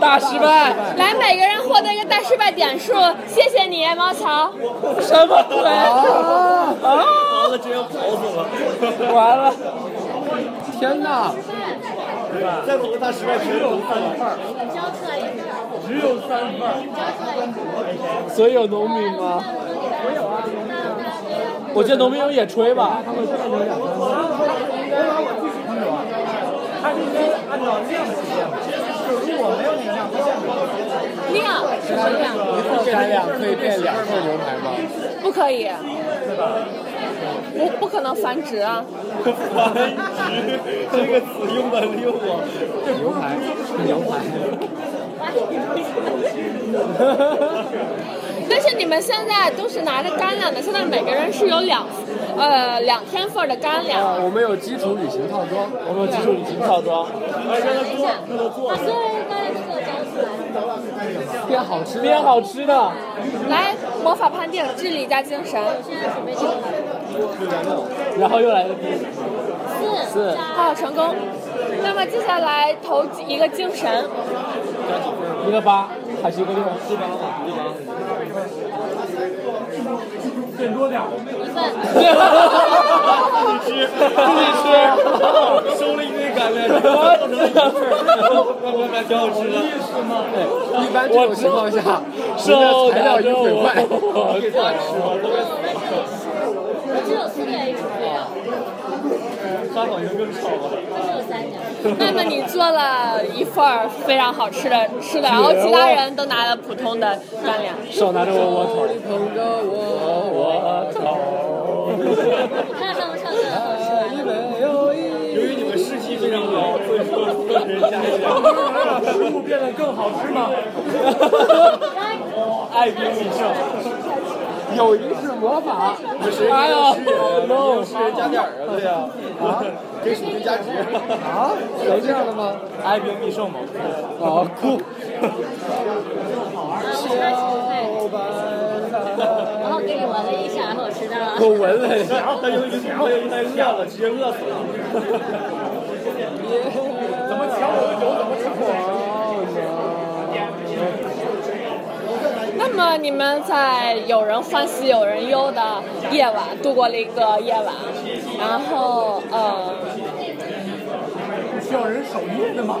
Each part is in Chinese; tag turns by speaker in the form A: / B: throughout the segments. A: 大失败，
B: 来，每个人获得一个大失败点数，谢谢你，毛乔。
A: 什么鬼？啊！
C: 完了，真要跑死了！
A: 完了！天哪！
C: 再跑个大失败，只有三块儿，只有三块儿。
A: 所以有农民吗？我觉得农民有野炊吧。
B: 量是什么量？
D: 一份干粮可以变两份牛排吗？
B: 不可以。不不可能繁殖啊！
C: 繁殖这个词用的溜啊！
D: 牛排，牛排。
B: 但是你们现在都是拿着干粮的，现在每个人是有两，呃，两天份儿的干粮。
D: 呃，我们有基础旅行套装，
A: 我们有基础旅行套装，
C: 哎，让他做，让
B: 啊
C: 他做。
D: 变好吃，
A: 边好吃的，
B: 来，魔法判定，智力加精神。
A: 然后又来个第一。四
B: 好，成功。那么接下来投一个精神，
A: 一个八，还是一个六？是吧？
C: 自己吃， 自己吃，收了一堆干粮，做成了一份儿，那我感觉挺好吃的。
D: 一般这种情况下，
A: 受
D: 我们的材料已经毁坏，
A: 我
C: 他好像更少了。
B: 那么你做了一份儿非常好吃的吃的，然后其他人都拿了普通的干粮。
A: 手拿着窝窝头，
D: 捧着我，我一没有一。
C: 由于你们士气非常高，所以说个人加强。食物变得更好吃吗？爱兵必胜。
D: 友谊是魔法，
A: 哎呀
C: 有
A: ，no，
C: 诗人加点儿啊，对呀。
D: 这属于价值啊？有这样的吗？
C: 爱兵必胜嘛。
D: 好酷！
E: 然后给你闻了一下，然后我吃到了。
A: 我闻了一下，
C: 他由于他由于太饿了，直接饿死了。怎么抢我哦啊的酒？怎么抢
B: 那么你们在有人欢喜有人忧的夜晚度过了一个夜晚，然后呃，
D: 有人守夜的吗？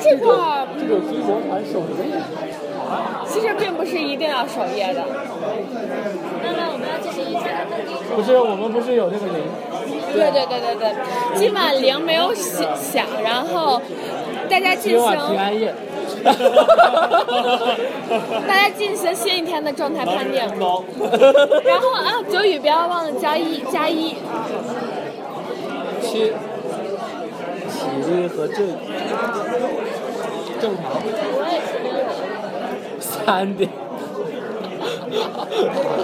B: 这块儿
D: 这种军国团守夜，
B: 其实并不是一定要守夜的。
E: 那么我们要进行一下那个
A: 不是我们不是有这个铃？
B: 对对对对对，今晚铃没有响，响然后大家进
A: 今晚平
B: 行
A: 安夜，
B: 大家进行新一天的状态判定。
C: 高，
B: 然后啊，九宇不要忘了加一加一。
D: 七
A: 体力和正
D: 正常。
A: 三点。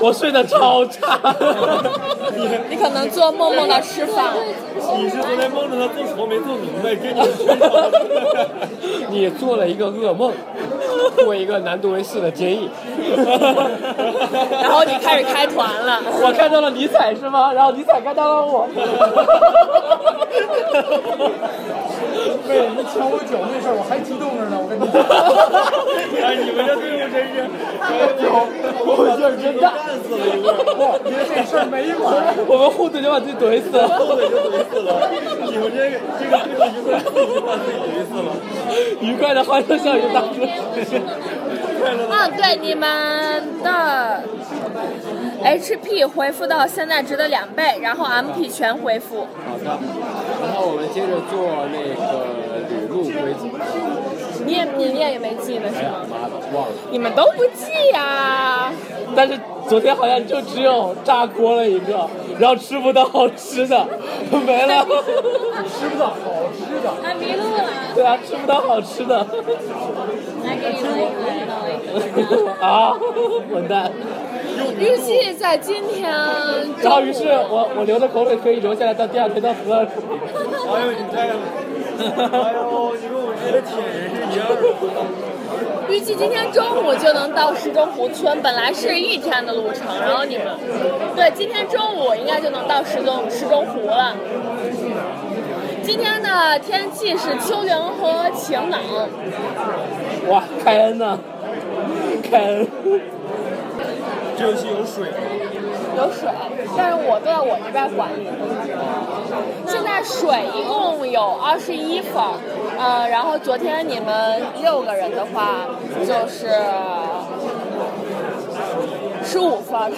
A: 我睡得超差，
B: 你可能做梦梦到吃饭，
C: 你是昨天梦着他做床没做明白，跟你说。
D: 你做了一个噩梦，过一个难度为四的建议。
B: 然后你开始开团了。
A: 我看到了尼采是吗？然后尼采看到了我，
D: 为了你请我酒那事儿，我还激动着呢。我跟你
C: 哎，你们这队伍真是，
D: 有，我劲真大。
C: 干死了一会儿，
D: 别这事儿没完。
A: 我们互怼就把自己怼死
C: 后
A: 了，
C: 腿就怼死了。你们这个这个队伍一会儿自己把自己怼死了。
A: 愉快的欢声笑语当中，
B: 啊，对，你们的 HP 回复到现在值的两倍，然后 MP 全回复。
D: 好的，然后我们接着做那个旅路规则。
B: 你也你也也没记呢是
D: 哎呀
B: 吗？
D: 妈的，忘了。
B: 你们都不记呀、
D: 啊
A: 但是昨天好像就只有炸锅了一个，然后吃不到好吃的，没了。
D: 吃不到好吃的，
E: 啊，迷路了，
A: 对啊，吃不到好吃的
E: 来给你闻一闻，
A: 啊，混蛋！
B: 预计在今天
A: 然
B: 中
A: 后
B: 午
A: 于是我我流的口水可以流下来到第二天到服了。
C: 哎呦，你太，哎呦，你跟我这个铁人是一样的。
B: 预计今天中午就能到石钟湖村，本来是一天的路程，然后你们对今天中午应该就能到石钟石钟湖了。今天的天气是丘陵和晴朗，
A: 哇，开恩呢、开恩，
C: 这游戏有水吗？
B: 有水，但是我都在我这边管理。现在水一共有二十一分儿，呃，然后昨天你们六个人的话就是十五分儿。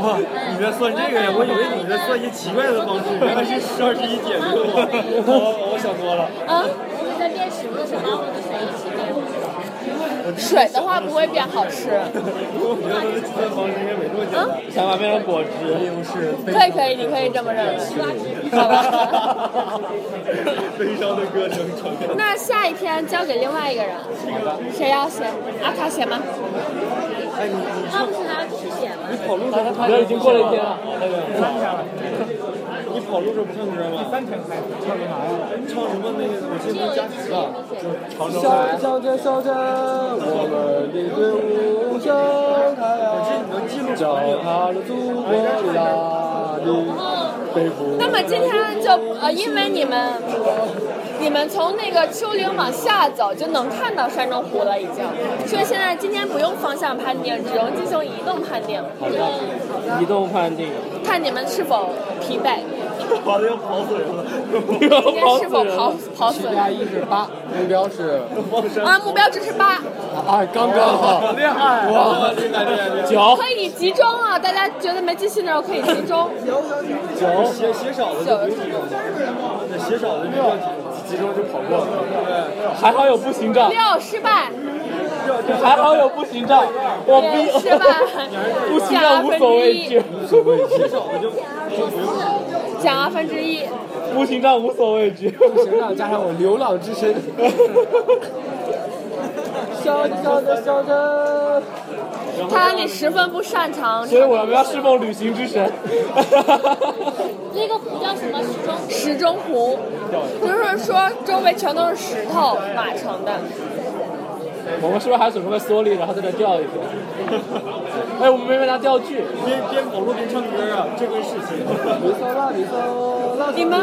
C: 哇，你在算这个呀？我以为你在算一些奇怪的方式，原来是十二十一解释。我我想多了，
B: 啊，
E: 我们在变食物的时候，把我们的水一起变了。
B: 水的话不会变好吃。
C: 我觉得他的计算方式应该没这么简单。
A: 想法变成果汁，
C: 西红柿
B: 可以可以，你可以这么认为，好吧？
C: 悲伤的歌声传开。
B: 那下一篇交给另外一个人，谁要写？阿卡写吗？
E: 他不是拿去写吗？
C: 跑路的时候
A: 那已经过了一天了。
C: 你跑路时候不唱歌吗？三天开唱啥呀？唱什么那个？我记
E: 只
C: 得
E: 有一
C: 加
E: 句是你写的。
C: 长城。
D: 笑着笑着，我们的队伍向太阳，
C: 你能记录
D: 脚踏着祖国大地，背负。
B: 那么今天就呃，因为你们呃你们从那个丘陵往下走，就能看到山中湖了，已经。所以现在今天不用方向判定，只用进行移动判定，
A: 移动判定，
B: 看你们是否疲惫，
C: 完了要跑腿了，
B: 今天
A: 跑
B: 是
A: 死
B: 否
A: 人
B: 跑
A: 了！
B: 跑
D: 七
B: 损
D: 加一是八，目标是
C: 放山。
B: 啊，目标值是八，
D: 哎，刚刚好。
C: 厉害！哇，厉害厉害厉害！
A: 九
B: 可以集中啊！大家觉得没记性的时候可以集中。
C: 脚写写少了就不用集中了，写少了就不用集中就跑过了。
A: 还好有步行照，
B: 六失败，
A: 还好有步行照，我
B: 也
A: 逼，
B: 失败
A: 步行
B: 减
A: 照
B: 二
A: 无
B: 分
A: 所
B: 之
A: 畏
B: 一
A: 惧，，
B: 减二分之一。
A: 步行照无所畏惧。
D: 步行照加上我流浪之身。笑着笑着笑着，
B: 他你十分不擅长，
A: 所以我们要侍奉旅行之神。
E: 那个湖叫什么？时钟
B: 石钟湖，就是说周围全都是石头码成的。
A: 我们是不是还整出个缩力，然后在这钓一个？哎，我们没为他钓具，
C: 边边跑路边唱歌啊，这回事情。
D: 你搜啦你搜啦，
B: 你们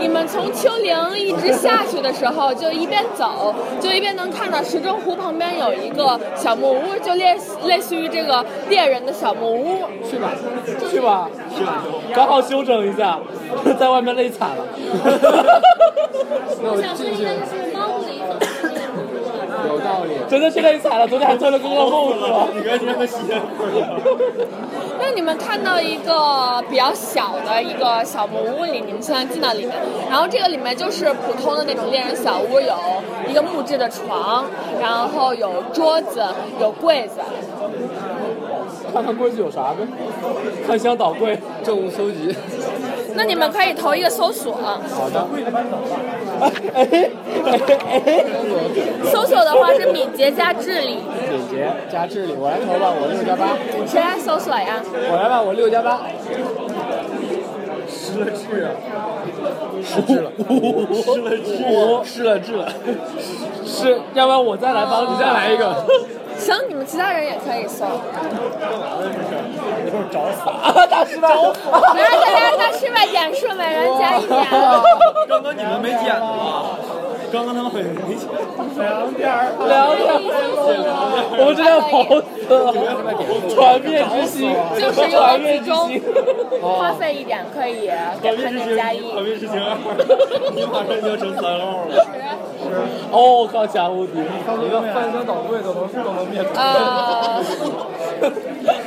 B: 你们从丘陵一直下去的时候，就一边走，就一边能看到石钟湖旁边有一个小木屋，就类似类似于这个猎人的小木屋。
D: 去吧。
A: 去吧，刚好休整一下，在外面累惨了。
D: 那我
E: 想说
D: 进
E: 应
D: 去
E: 该就是猫屋里所说的那个湖了。
D: 有道理。
A: 真的是累惨了，昨天还做了个噩梦是吧？
C: 你赶紧让他歇会儿。
B: 那你们看到一个比较小的一个小木屋里，你们现在进到里面，然后这个里面就是普通的那种猎人小屋，有一个木质的床，然后有桌子，有柜子，
A: 看看柜子有啥呗，看香岛柜。
D: 证物搜集。
B: 那你们可以投一个搜索，
A: 哎哎哎哎，
B: 搜索的话是敏捷加智力，
D: 敏捷加智力，我来投吧，我六加八，
B: 谁来搜索呀？
D: 我来吧，我六加八，
C: 失了智啊！
D: 失智了，
C: 失了智！
D: 失了智了，
A: 是，要不然我再来帮你再来一个。
B: 行，你们其他人也可以搜。
A: 啊，大失败！
B: 来，大家大失败点数，每人加一点。
C: 刚刚你们没剪吧？刚刚他们好像没剪。
A: 聊聊，我们真的好死了，团灭之心，
B: 就是用
A: 团
B: 来
A: 灭
B: 集
A: 之
B: 中
A: 心。
B: 花费一点可以给
C: 考虑
B: 分
C: 事
B: 点
C: 情，
B: 加一
C: 考。虑事情二，你马上就要成三号了。
A: 哦，靠墙无敌！
C: 一个翻箱倒柜都能都能灭。
B: 呃，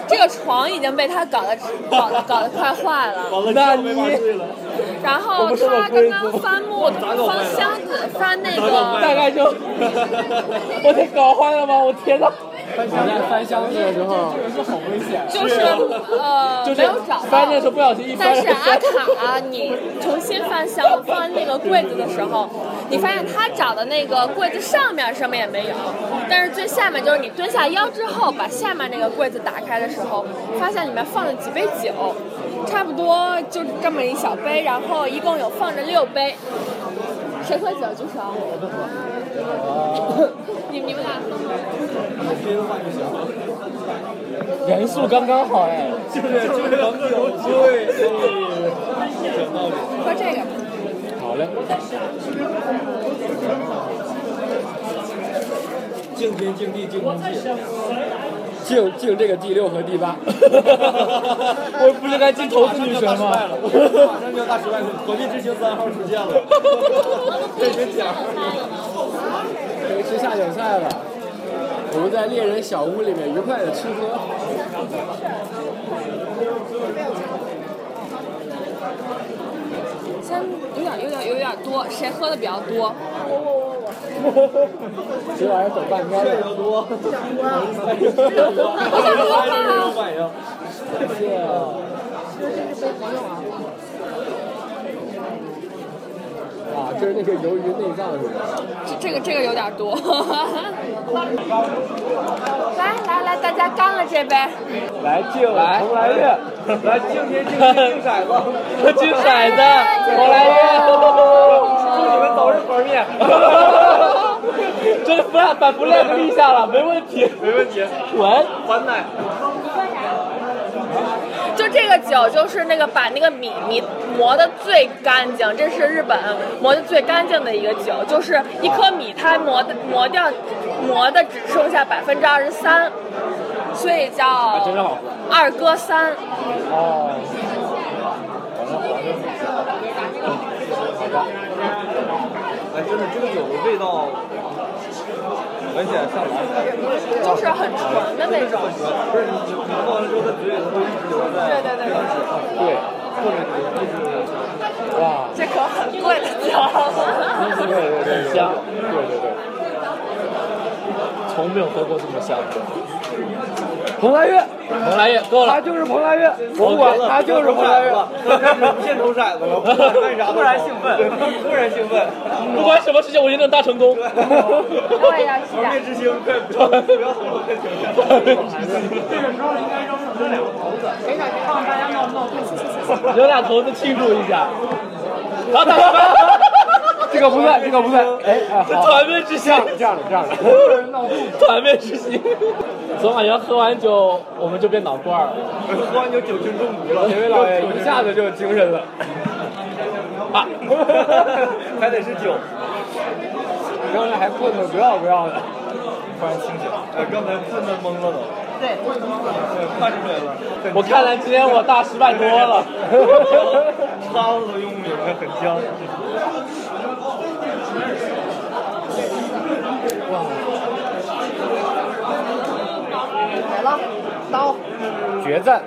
B: 这个床已经被他搞得搞得搞得快坏了。
C: 完了，觉没法睡了。
B: 然后他刚刚翻木翻箱子，翻那个
A: 大概就，我得搞坏了吗？我天呐，
D: 我在翻箱子的时候，
B: 就是呃
A: 就是
B: 没有找
A: 翻的
B: 到
A: 时。候不小心一翻
B: 但，是阿卡，你重新翻箱翻那个柜子的时候，你发现他找的那个柜子上面什么也没有，但是最下面就是你蹲下腰之后，把下面那个柜子打开的时候，发现里面放了几杯酒，差不多就是这么一小杯，然后一共有放着六杯。谁喝酒举手。你你们俩喝吗？
A: 人数刚刚好哎，
C: 就是就是各种对，
B: 喝这个吧。
D: 好好嘞，
C: 敬天敬地敬天敬。
D: 敬敬这个第六和第八。
A: 我不是该进投资女神吗？
C: 马上就要大失败了，《火箭之星三号》出现了，这是假的。
D: 可以吃下酒菜了。我们在猎人小屋里面愉快的吃喝。
B: 先有点有点有点多，谁喝的比较多？
D: 这玩意儿等半天
C: 这
D: 了。
C: 有多？
B: 我想说吧。
C: 反应。
D: 啊，这是那个鱿鱼内脏是吧？
B: 这这个这个有点多。来来来，大家干了这杯！
A: 来敬红来月，
C: 来敬天敬地敬骰子，
A: 敬骰子，红来月，
C: 祝你们早日团灭。
A: 真的不让把不赖都立下了，没问题。
C: 没问题，
A: 滚！
C: 还奶。
B: 就这个酒，就是那个把那个米米磨得最干净，这是日本磨得最干净的一个酒，就是一颗米它磨的磨掉磨的只剩下百分之二十三，所以叫
A: 真好喝。
B: 二哥三。
C: 哎，真的，这个酒的味道闻起来上来，
B: 就是很纯的那种。
C: 不是你你你喝完了之后，在嘴里头一直留
B: 对
C: 在，
B: 对对对，
D: 对，
C: 或者一直。
D: 哇，
B: 这可很贵的酒。
D: 对对对，
A: 香
D: 对对对。
A: 从没有喝过这么香的。蓬莱月，蓬莱月够了，他就是蓬莱月，我管他就是
C: 不
A: 蓬莱
C: 来
A: 月
C: 了，，我开始不献头骰子了，不管干啥都好
A: 突然兴奋
C: 突然兴奋。
A: 不管什么事情我一定能大成功。
B: 我也要期
C: 黄
B: 待。
C: 之星，快不要不要投了，快停下！
A: 扔俩骰子庆祝一下。好，打开。
D: 这个不算，这个不算。哎哎，
A: 这
D: 好，
A: 团灭之星，
D: 这样的这样的。
A: 团灭之星。总感觉喝完酒我们就变脑罐了
C: 喝完酒酒精中毒了，
D: 几 位老爷一下子就精神了。
A: 啊！
C: 还得是酒。
D: 刚才还困得不要不要的。
C: 突然清醒，我刚才困得懵了都。对，看出来了。很
A: 我看来今天我大失败多了。
C: 叉子都用不明白，很僵。
D: 决战。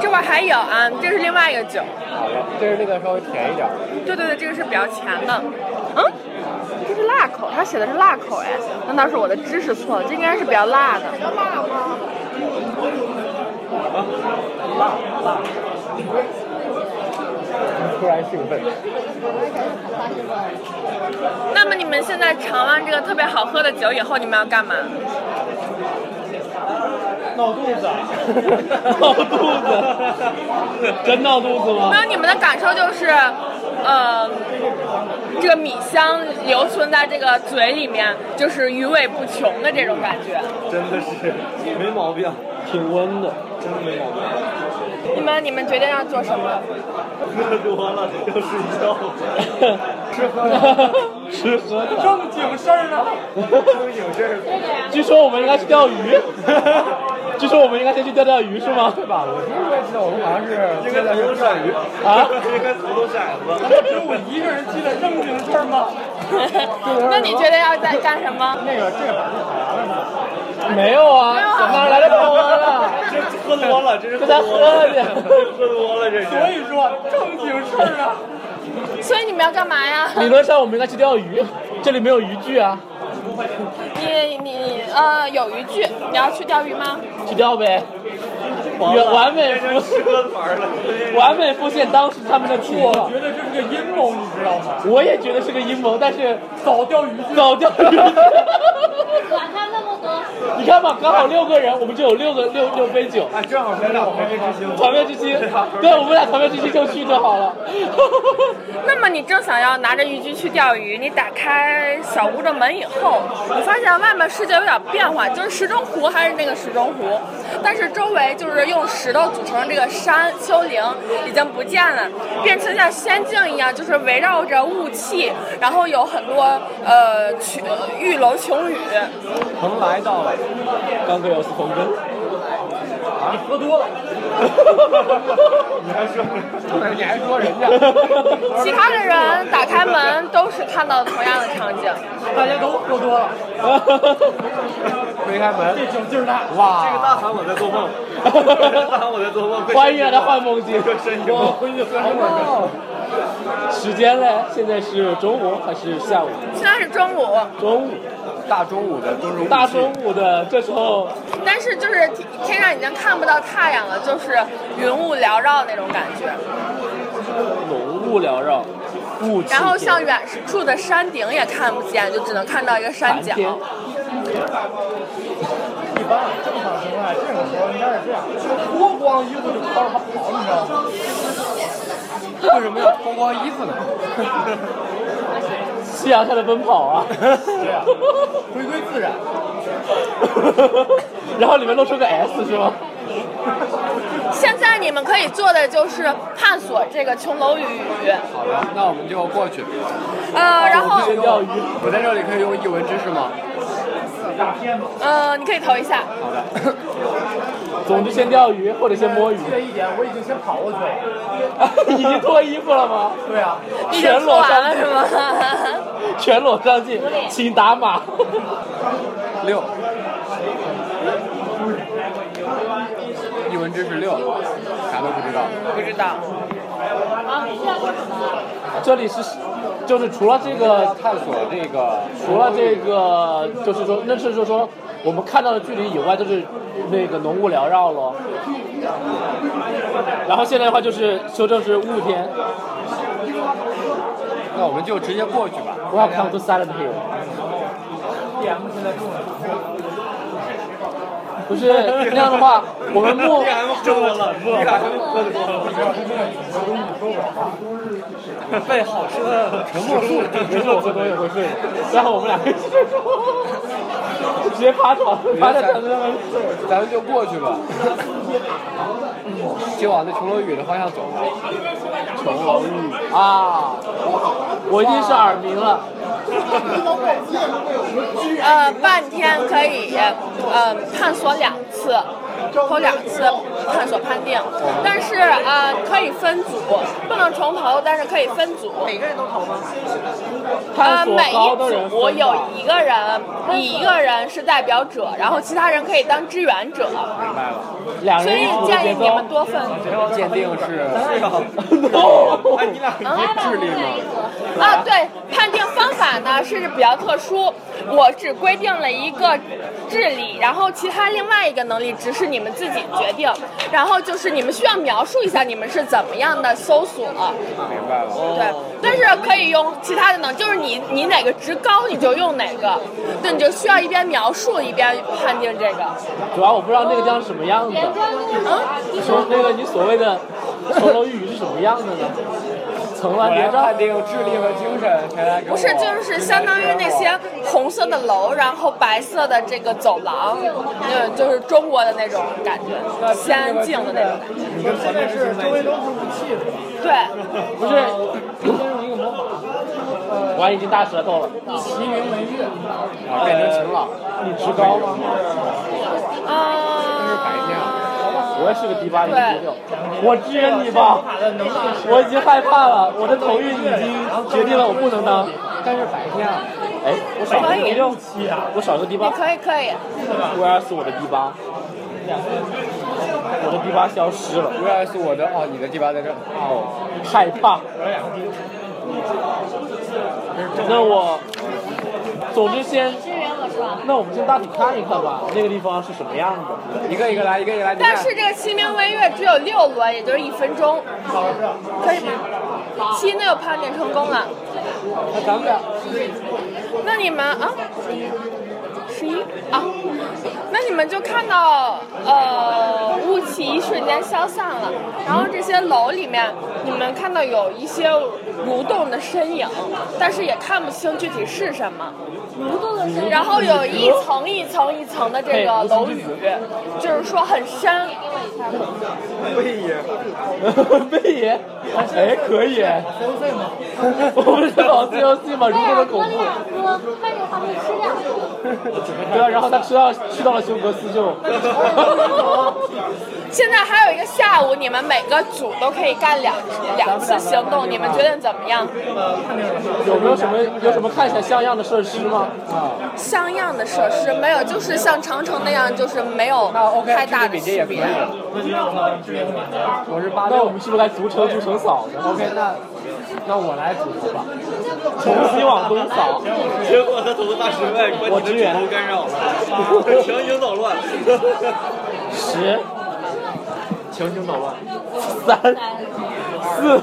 B: 这边还有啊，这是另外一个酒。
D: 好嘞，这是那个稍微甜一点的。
B: 对对对，这个是比较甜的。嗯，这是辣口，它写的是辣口哎，难道是我的知识错了？这应该是比较辣的。
D: 突然兴奋。
B: 那么你们现在尝完这个特别好喝的酒以后，你们要干嘛？
C: 闹肚子。
A: 闹肚子，真闹肚子吗？
B: 那你们的感受就是，呃，这个米香留存在这个嘴里面，就是余味不穷的这种感觉。
C: 真的是没毛病，
A: 挺温的，
C: 真的没毛病。
B: 你们你们决定要做什么？
C: 喝多了要睡觉。
A: 吃喝的，吃喝的。
C: 正经事儿呢？正经事儿。
A: 据说我们应该去钓鱼，据说我们应该先去钓钓鱼是吗？
D: 对吧？我是我也知道，我们好像是
C: 应该投投骰子
A: 啊
C: 应该投投骰子。只有我一个人记得正经事儿吗？
B: 那你觉得要在干什么？
D: 那个这个好像是海牙的吗？
A: 没有啊，小胖来了我们了。
C: 这喝多了，这是
A: 跟他喝
C: 了，
A: 去
C: 喝多了这是。所以说正经事儿啊。
B: 所以你们要干嘛呀？
A: 理论上我们应该去钓鱼，这里没有渔具啊，
B: 你你呃有渔具，你要去钓鱼吗？
A: 去钓呗。
C: 完了
A: 完美
C: 变成吃喝玩了。
A: 完美复现当时他们的情况。
C: 觉得这是个阴谋，你知道吗？
A: 我也觉得是个阴谋，但是
C: 早钓鱼
A: 早钓鱼。
E: 管他那么多，
A: 你看吧，刚好六个人，我们就有六个六六杯酒。
C: 哎，正好咱俩团灭之星。
A: 团灭之 星，对，我们俩团灭之星就去就好了。
B: 那么你正想要拿着渔具去钓鱼，你打开小屋的门以后，你发现外面世界有点变化，就是石钟湖还是那个石钟湖，但是周围就是又用石头组成的这个山丘陵已经不见了，变成像仙境一样，就是围绕着雾气，然后有很多呃群玉楼琼雨。
A: 蓬莱到了，刚哥要是红根。啊，喝多了。
D: 你还说人家？
B: 其他的人打开门都是看到同样的场景。
A: 大家都喝 多了。
D: 推开门，
C: 这劲儿大，
D: 哇
C: 这个大喊我在做 梦，大喊我在做梦，被
A: 欢悦的幻梦境。
C: 声音我昏晕了。
A: 时间嘞？现在是中午还是下午？
B: 现在是中午，
A: 中午，
D: 大中午的都是雾气
A: 大中午的，这时候
B: 但是就是天天上已经看不到太阳了，就是云雾缭绕那种感觉。
A: 浓雾缭绕，雾气。
B: 然后像远处的山顶也看不见，就只能看到一个山脚。
A: 天。
C: 一般正常情况下，这种时候应该是这样，脱光衣服就往上跑，你知道吗？
D: 为什么要脱光衣服呢？
A: 夕阳下的奔跑啊，
C: 回归自然。
A: 然后里面露出个 S 是吗？
B: 现在你们可以做的就是探索这个琼楼玉宇，
D: 好的，那我们就过去。
B: 呃，然后
A: 先钓鱼，
D: 我在这里可以用一文知识吗？
B: 呃，你可以投一下，
A: 总之先钓鱼或者先摸鱼。
C: 这一点我已经先跑过去了。
A: 已经脱衣服了吗？
C: 对啊，
B: 你已经
A: 全
B: 说
A: 裸
B: 完了
A: 上
B: 是
A: 镜，
B: 吗？
A: 全裸上镜，请打码。
D: 六，一文知识六，啥都不知道。
B: 不知道。
E: 啊，是要做什么啊？
A: 这里是，就是除了这个，
D: 探索这个
A: 除了这个，就是说，那是就是说，我们看到的距离以外，就是那个浓雾缭绕咯。然后现在的话就是修正是雾天，
D: 那我们就直接过去吧。
A: Welcome to Silent Hill。不是那样的话，我 们默
C: 这么冷漠，你俩真喝多了。被好吃的沉默树，
A: 没事，我喝 多也会睡的。然后我们俩一起睡，直接趴床，趴在床上面睡。
D: 咱们就过去吧， 就往那琼楼玉宇的方向走。
A: 琼楼玉宇啊，我已经是耳鸣了。
B: 呃，半天可以，呃，探索两次，或两次探索判定，但是呃，可以分组，不能重投，但是可以分组。每个人都投吗？呃，
A: 探索
B: 每
A: 高的
B: 一
A: 人
B: 组
A: 分
B: 有
A: 吧。
B: 一个人，以一个人是代表者，然后其他人可以当支援者，
A: 两
B: 所
A: 啊人一
B: 以
A: 组的
B: 建
A: 节
B: 议你们
A: 奏。
B: 多分。
D: 鉴定是
A: 哦
C: 哎，你俩
E: 来吧，我们来一组。
B: 啊，对，判定方法呢是比较特殊，我只规定了一个智力，然后其他另外一个能力值是你们自己决定，然后就是你们需要描述一下你们是怎么样的搜索，
D: 明白了。
B: 对，但是可以用其他的能，就是你你哪个值高你就用哪个，对，你就需要一边描述一边判定这个。
A: 主要我不知道那个地方是什么样子。
E: 连庄那个啥，你
A: 说那啊个你所谓的琼楼玉宇是什么样的呢？层峦
D: 我来
A: 叠嶂
D: 判。定智力和精神，谁来给
B: 不
D: 我？
B: 是，就是相当于那些红色的楼，然后白色的这个走廊，呃，就是中国的那种感觉，仙境的那种感觉。
C: 你们现在是周围都是武器，
B: 对，
A: 不是，我已经大舌头了。
D: 啊变成晴朗。
A: 你职高吗？
B: 呃啊，
A: 我也是个低八零低六，我支援你吧。我已经害怕了，我的头晕已经决定了我不能当。
D: 但是白天啊，
A: 哎，我少
B: 可
A: 个低
B: 以，
A: 六，哎我少个低
B: 你
A: 八，
B: 可以可以，
A: 威尔是我的低八，我的低八消失 了，
D: 威尔是我的哦，你的第八在这。哦，
A: 害怕。那我，总之先，
E: 支援我是吧？
A: 那我们先大体看一看吧，那个地方是什么样的？
D: 一个一个来，一个一个来。你看
B: 但是这个清明微月只有六轮，也就是一分钟，可以吗？七那就判定成功了，
D: 那咱们俩
B: 那你们啊，十一啊，那你们就看到呃雾气一瞬间消散了，然后这些楼里面你们看到有一些蠕动的身影，但是也看不清具体是什么。
E: 蠕动的声音。
B: 然后有一层一层一层的这个楼宇，就是说很深，
C: 贝爷，
A: 贝爷，哎，可以。我们是老 COC 吗？如
E: 对
A: 果
E: 呀，
A: 的
E: 多
A: 恐
E: 里
A: 怖。
E: 两颗，看着他们吃两个。
A: 对啊，然后他吃到吃到了休格斯就。
B: 现在还有一个下午，你们每个组都可以干两两次行动，你们决定怎么样？
A: 有没有什么有什么看起来像样的设施吗？
B: 像样的设施没有，就是像长城那样，就是没有太大的区别。
D: 我是八
A: 那
D: 六
A: 我们是不是来足球足球扫呢？
D: ，OK，那那我来组合吧。
A: 从西往东扫。
C: 结果他投了八十迈，
A: 我
C: 把
A: 支
C: 你的
A: 援
C: 主投干扰了，强行捣乱。
A: 十，强行捣乱。三，四，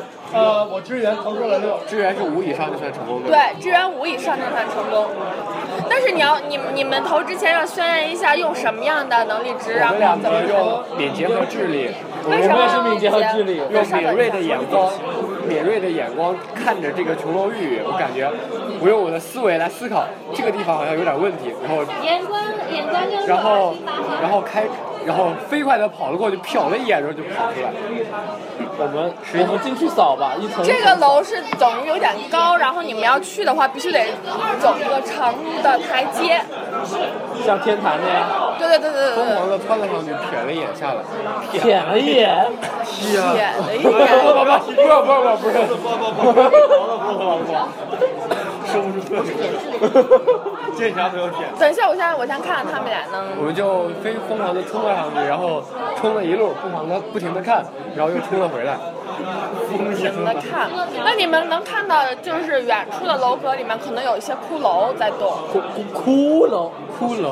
D: 支援是五以上就算成功的。
B: 对，支援五以上就算成功。但是你要你你们投之前要宣言一下用什么样的能力值，然后怎么投。
D: 敏捷和智力，
A: 我们也是敏捷和智力。
D: 用敏锐的眼光，敏锐的眼光看着这个琼楼玉宇，我感觉我用我的思维来思考这个地方好像有点问题，然后
E: 眼观眼观六路
D: 然后
E: 耳听八方
D: 然后开，然后飞快的跑了过去，瞟了一眼，然后就跑出来。
A: 我们我们进去扫吧，一层一层。
B: 这个楼是等于有点高，然后你们要去的话，必须得走一个长的台阶。
A: 像天坛那样，
B: 对对对对对
D: 疯
A: 哦
B: 对
D: 狂的窜了上去，瞥了一眼下 来。
A: 舔了一眼。
B: 对，铁的一
D: 不不不
B: 点。
D: 不不不
C: 不
D: 不
C: 不不，不不不不，收不住。见啥都要舔。
B: 等一下，我先我先看看他们俩能
D: 我们就非疯狂的冲了上去，然后冲了一路，疯狂的不停的看，然后又冲了回来。
B: 怎么看。那你们能看到，就是远处的楼阁里面可能有一些骷髅在动，
A: 骷骷髅，
D: 骷髅，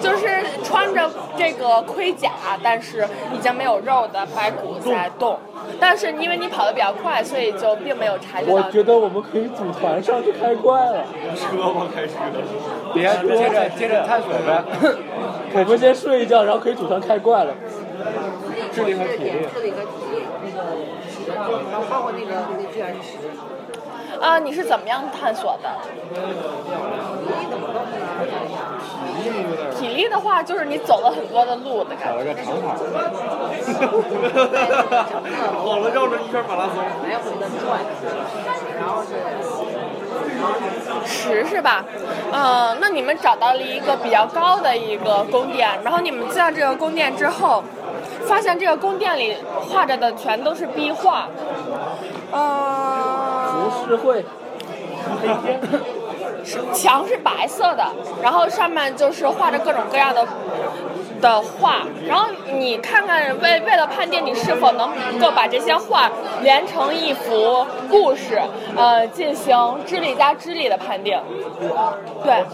B: 就是穿着这个盔甲，但是已经没有肉的白骨在动。但是因为你跑得比较快，所以就并没有察觉
A: 我
B: 到。
A: 觉得我们可以组团上去开怪了。
C: 车吗？开车。
D: 别接着接着探索呗。
A: 我们先睡一觉，然后可以组团开怪了。
D: 智力和体力，
F: 智力和体力那个，然后包括那个那个居然是实力，
B: 啊，你是怎么样探索的？体力的话，就是你走了很多的路的感
D: 找
B: 觉。
D: 了个长跑，
C: 跑了绕了一圈马拉松。
F: 来回的转，然后是
B: 十是吧？嗯，那你们找到了一个比较高的一个宫殿，然后你们进到这个宫殿之后，发现这个宫殿里画着的全都是壁画，嗯，
A: 浮世绘，
B: 墙是白色的，然后上面就是画着各种各样的的画，然后你看看为为了判定你是否能够把这些画连成一幅故事，呃，进行智力加智力的判定，对。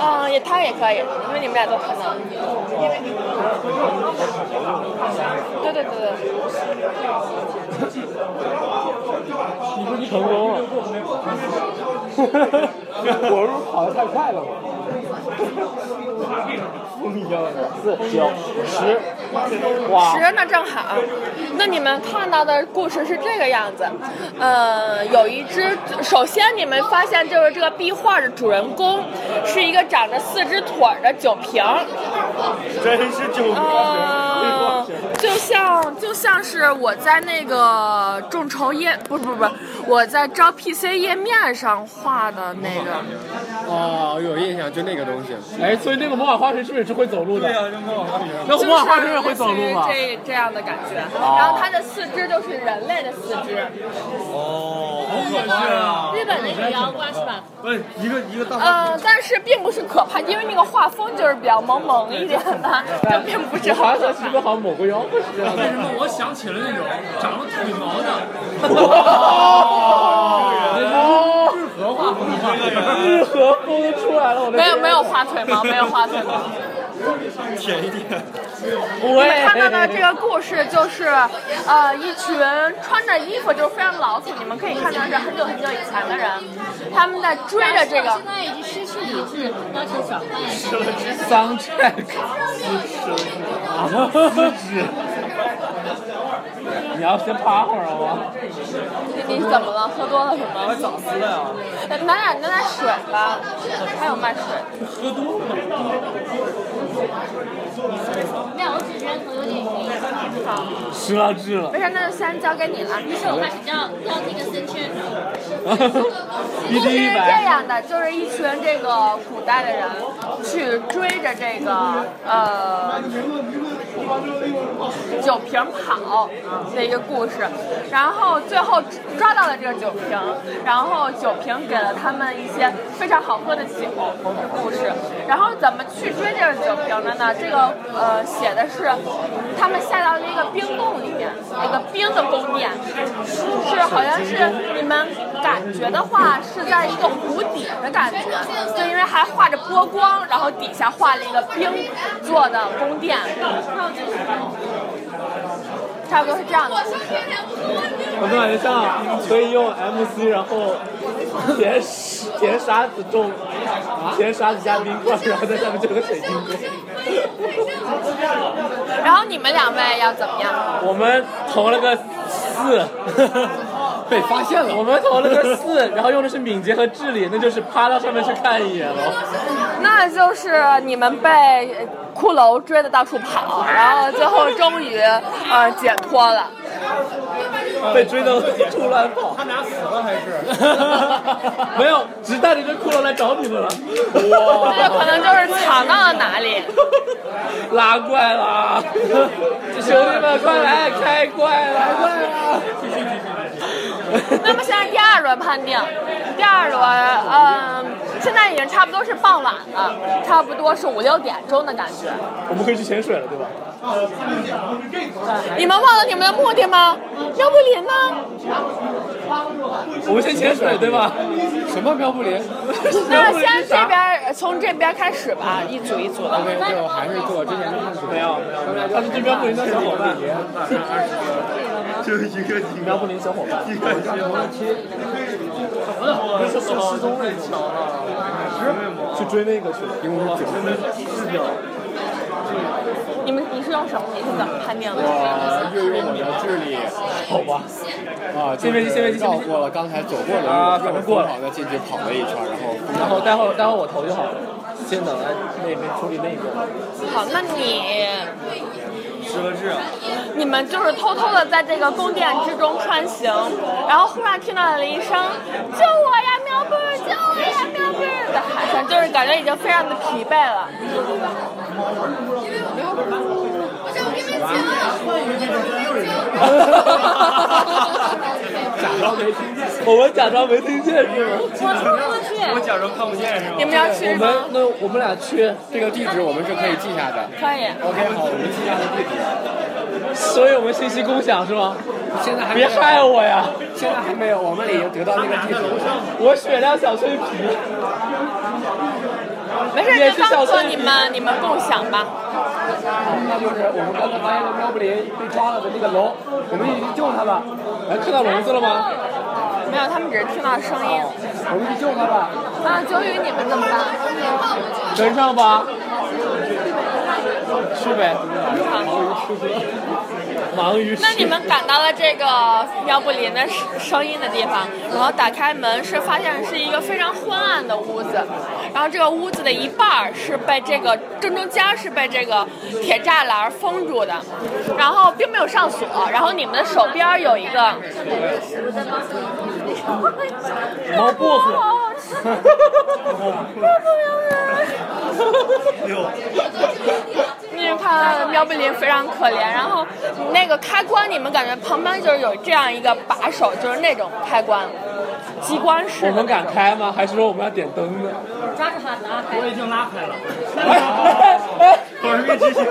B: 嗯，也他也可以，因为你们俩都可能。对对对对，
A: 你不是成功了？
D: 我不是跑得太快了吗？
A: 四九十，哇！
B: 十那正好。那你们看到的故事是这个样子，呃，有一只，首先你们发现就是这个壁画的主人公是一个长着四只腿儿的酒瓶儿，
C: 真是九瓶。
B: 嗯，就像就像是我在那个众筹页，不是不是不是，我在招 PC 页面上画的那个。
D: 哦，有印象，就那个东西。
A: 哎，所以那个魔法花神是不是也是会走路
C: 对
A: 的？
C: 呀，就梦王花瓶。
A: 啊那
B: 就是
A: 魔法花神也会走路啊
C: 啊
A: 吗？
B: 类似于这这样的感觉，然后它的四肢就是人类的四肢，
C: 哦，好恶心啊！
E: 日本那个摇瓜是吧？
C: 喂，一个一个大花
B: 呃，但是并不是可怕，因为那个画风就是比较萌萌一点的， 这并不是
A: 好
B: 很可
A: 像是
B: 怕。
A: 跟好像某个妖怪是这样的。
G: 为什么我想起了那种长了腿毛的
A: 哦，
G: 日和画风的画面？
A: 日和风都出来了，我的
B: 没有没有画腿毛，没有画腿毛。
C: 瓶，舔一舔。
B: 我
A: 我
B: 们看到的这个故事就是，呃，一群穿着衣服就是非常老土，你们可以看到是很久很久以前的人，他们在追着这个
E: 现。在已经失去理智，当成小贩一样。
A: sound check，要先趴会儿好吗？
B: 你怎么了？喝多了是吗？
C: 咋撕了呀？
B: 哎买点那点水吧，还有卖水。
E: 没有，我只是觉得可能有点晕。
B: 好，
A: 失了智了，
B: 没事，那就先交给你了。
E: 于是我开始要要那个三圈，
A: 一
B: 就是
A: 滴一
B: 这
A: 百，
B: 样的，就是一群这个古代的人去追着这个呃酒瓶跑的一个故事，然后最后抓到了这个酒瓶，然后酒瓶给了他们一些非常好喝的酒的故事。然后怎么去追这个酒瓶的呢？这个呃写的是他们下到了一个冰洞里面，一个冰的宫殿，是好像是你们感觉的话是在一个湖底的感觉，就因为还画着波光，然后底下画了一个冰做的宫殿。差不多是这样的故事。
A: 我们感觉像可以用 MC，然后填屎填沙子种，填沙子加冰块，然后在上面做个水晶宫。
B: 然后你们两位要怎么样？
A: 我们投了个四， 被发现了。我们投了个四，然后用的是敏捷和智力，那就是趴到上面去看一眼了。
B: 那就是你们被呃骷髅追的到处跑，然后最后终于呃解脱了。
A: 被追到处乱跑。
C: 他俩死了还是？
A: 没有，只带着一个骷髅来找你们了。
B: 这哦可能就是藏到了哪里。
A: 拉怪啦！兄弟们，快来开怪啦！开怪啦！
B: 那么现在第二轮判定，第二轮，嗯、现在已经差不多是傍晚了，差不多是五六点钟的感觉。
A: 我们可以去潜水了，对吧？
B: 你们忘了你们的目的吗？要不林呢？
A: 我们先潜水，对吧？
D: 什么喵不灵？
B: 那先这边从这边开始吧，一组一组的。
D: 对，就还是做我之前的探索。
A: 没有没有没有，他是这喵不灵的小伙伴，
C: 就是一个一
A: 喵不灵小伙伴。
C: 个
A: 那是失踪了，去追那个去了。
B: 你们你是用什么？你是怎么判定的？
D: 我运用我的智力
A: 好吧，
D: 啊，
A: 先别急先别急
D: 绕过了刚才走过的路，
A: 啊反正过了
D: 疯狂的进去跑了一圈，
A: 然
D: 然后
A: 后待会儿待会儿我投就好了，先等来那边处理那 个。
B: 好，那你
C: 失了智啊，
B: 你们就是偷偷的在这个宫殿之中穿行，然后忽然听到了一声“救我呀，喵贝儿！救我呀，喵贝儿！”的喊声，就是感觉已经非常的疲惫了。
A: 假装没听见，我们假装没听见是吗？
C: 我假装看不见是吧？
B: 你们要去
A: 我
B: 吗？
A: 们那我们俩去，
D: 这个地址我们是可以记下的。
B: 可以。
D: OK，好，我们记下的地址。
A: 所以我们信息共享是吗？
D: 现在还没
A: 别
D: 有，
A: 害我呀！
D: 现在还没有，我们已经得到那个地址了。
A: 我血量小脆皮，
B: 没事，
A: 也
B: 就是
A: 小
B: 当做
A: 村
B: 你们你们共享吧。
D: 那就是我们刚才发现了喵不林被抓了的那个龙，我们已经救他了，
A: 哎，看到笼子了吗？
B: 没有，他们只是听到声音。
D: 我们去救他吧。
B: 啊，九宇，你们怎么办？
A: 跟上吧，去呗。忙于吃
B: 那你们赶到了这个呃喵不林的声声音的地方，然后打开门是发现是一个非常昏暗的屋子，然后这个屋子的一半儿是被这个正中间儿是被这个铁栅栏封住的，然后并没有上锁，然后你们的手边儿有一个
A: 毛薄 荷，
B: 好好吃， 那就看到喵不林非常可怜，然后那个开关，你们感觉旁边就是有这样一个把手，就是那种开关，机关式
A: 我
B: 的
A: 们。敢开吗？还是说我们要点灯呢？
E: 抓住他
B: 啊
E: 拿开。
C: 我已经拉开了，
A: 哎
C: 我是个执行。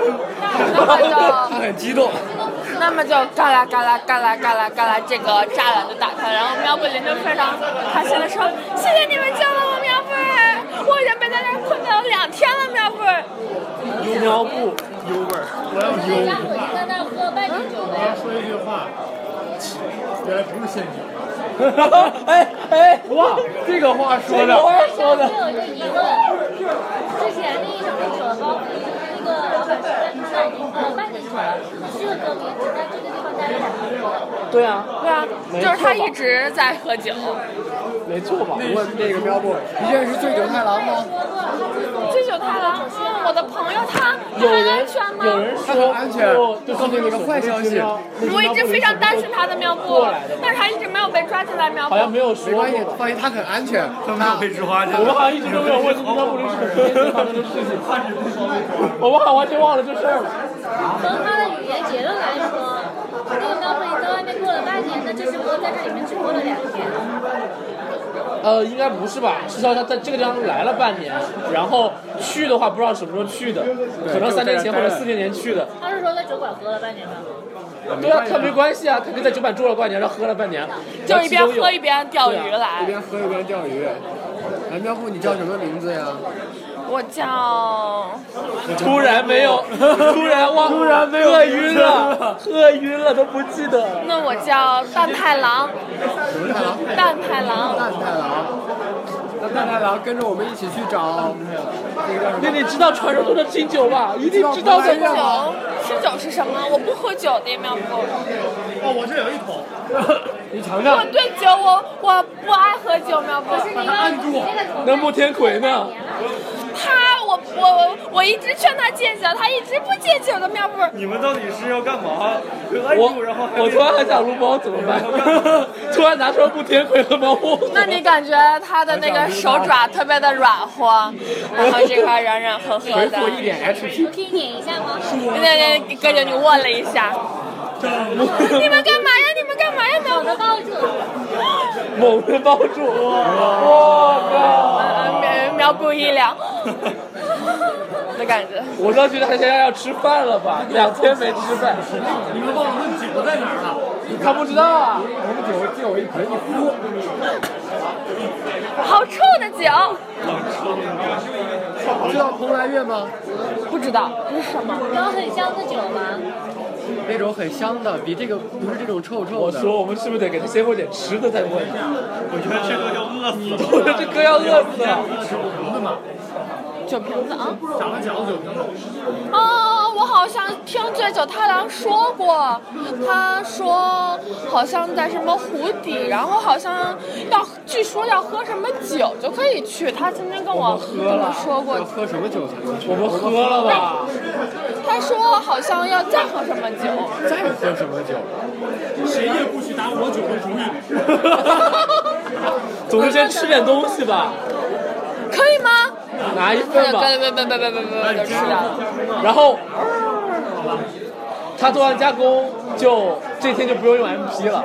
B: 那么就，
D: 很激动，
B: 那么就嘎啦嘎啦嘎啦嘎啦嘎啦，这个栅栏就打开了，然后喵不林就非常开心的说：“谢谢你们救了我，喵不儿，我已经被在这儿困到两天了，喵不儿。”
A: 哎尿布，
E: 人家我就在那儿喝半瓶酒呗。
A: 哎哎，哇，这个话说的，
E: 我有一个疑问，之前那一场那个包那呃个老板说他已经喝半瓶酒了，是个更名，只在这个地方待了两瓶酒了。
A: 对啊，
B: 对啊，
A: 没
B: 就是他
A: 错吧
B: 一直在喝酒，
A: 没错吧？
D: 问那个喵布，你认识醉酒太郎吗？
B: 醉酒太郎，嗯，我的朋友他
A: 有
B: 他很安
A: 人
B: 全吗？
A: 有人
D: 他很
A: 说
D: 安全
A: 说就
D: 告诉
A: 是
D: 你一个坏消息
B: 我一直非常担心他的妙布
A: 过来的，吧，
B: 但是他一直没有被抓进来妙布
A: 好。像没有说
D: 没关系，
A: 过吧。
D: 放心，他很安全。
C: 他没有被之花去
A: 我们好像一直都没有问过那布林肯先生发生的事情，我们好像完全忘了这事儿了。
E: 从他的语言结论来说，这个喵会在外面过了半年，那这只不过在这里面只过了两天。
A: 呃，应该不是吧？至少他在这个地方来了半年，然后去的话不知道什么时候去的，可能三年前或者四年前去的。
E: 他是说在酒馆喝了半年吧？
A: 对啊，他没关系啊，他就在酒馆住了半年，然后喝了半年，
B: 就是一边喝
A: 一
B: 一边钓鱼
D: 一
B: 来。
D: 边喝一边钓鱼。哎，喵布，你叫什么名字呀？
B: 我叫
A: 突然没 有，突然忘，突然没有喝晕了，喝晕了都不记得了。
B: 那我叫蛋太郎，
D: 什么太郎？
B: 蛋太郎。
D: 蛋太郎。那蛋太郎跟着我们一起去 找那个叫什
A: 那
D: 么？
A: 你知道传说中的清酒 吧？一定知道
B: 喝
A: 的
B: 酒，吃酒是什么？我不喝酒的妙不？
D: 你尝
B: 我
D: 尝。
B: 对酒我我不爱喝酒妙不？
E: 是那个你那个头
A: 那木天葵呢？
B: 他我我我一直劝他戒酒，他一直不戒酒的妙不。
C: 你们到底是要干嘛？按
A: 我
C: 住然后还
A: 我突然很想撸猫怎么办？ 突然拿出来木天葵和猫窝。
B: 那你感觉他的那个手爪特别的软和，然后这块软软和和
D: 回
B: 的
D: 复。一点 HP。
E: 可以拧一下吗？
B: 那那那哥姐你握了一下。你们干嘛呀？你们干嘛呀？妙
E: 我的抱住，
A: 猛地抱住，我
B: 呃苗苗不一凉的感觉。
A: 靠！我倒觉得他现在要吃饭了吧？两天没吃饭，
G: 你们忘了问酒在哪儿了？
A: 他不知道啊。
D: 红酒借我一盆，你敷。
B: 好臭的酒，
D: 你知道蓬莱月吗？
B: 不知道这是什么。
E: 有很香的酒吗？
D: 那种很香的，比这个不是这种臭臭
A: 我
D: 的。
A: 说我们是不是得给他先喂点吃的再问？
C: 我觉得这都要饿死了。
A: 我说这哥要饿死了。
B: 酒瓶子啊？啊，我好像听醉酒太郎说过，他说好像在什么湖底，然后好像要据说要喝什么酒就可以去。他曾经跟我跟我说过
D: 要，喝什么酒才能去？
A: 我们喝了吧？
B: 他说好像要再喝什么酒。
D: 再喝什么酒？
G: 谁也不许打我酒的主意。
A: 总之先吃点东西吧，
B: 可以吗？
A: 拿一
B: 不
A: 份吧。
B: 不不不不不不，就吃掉了。
A: 然后他做完加工就这天就不用用 MP 了。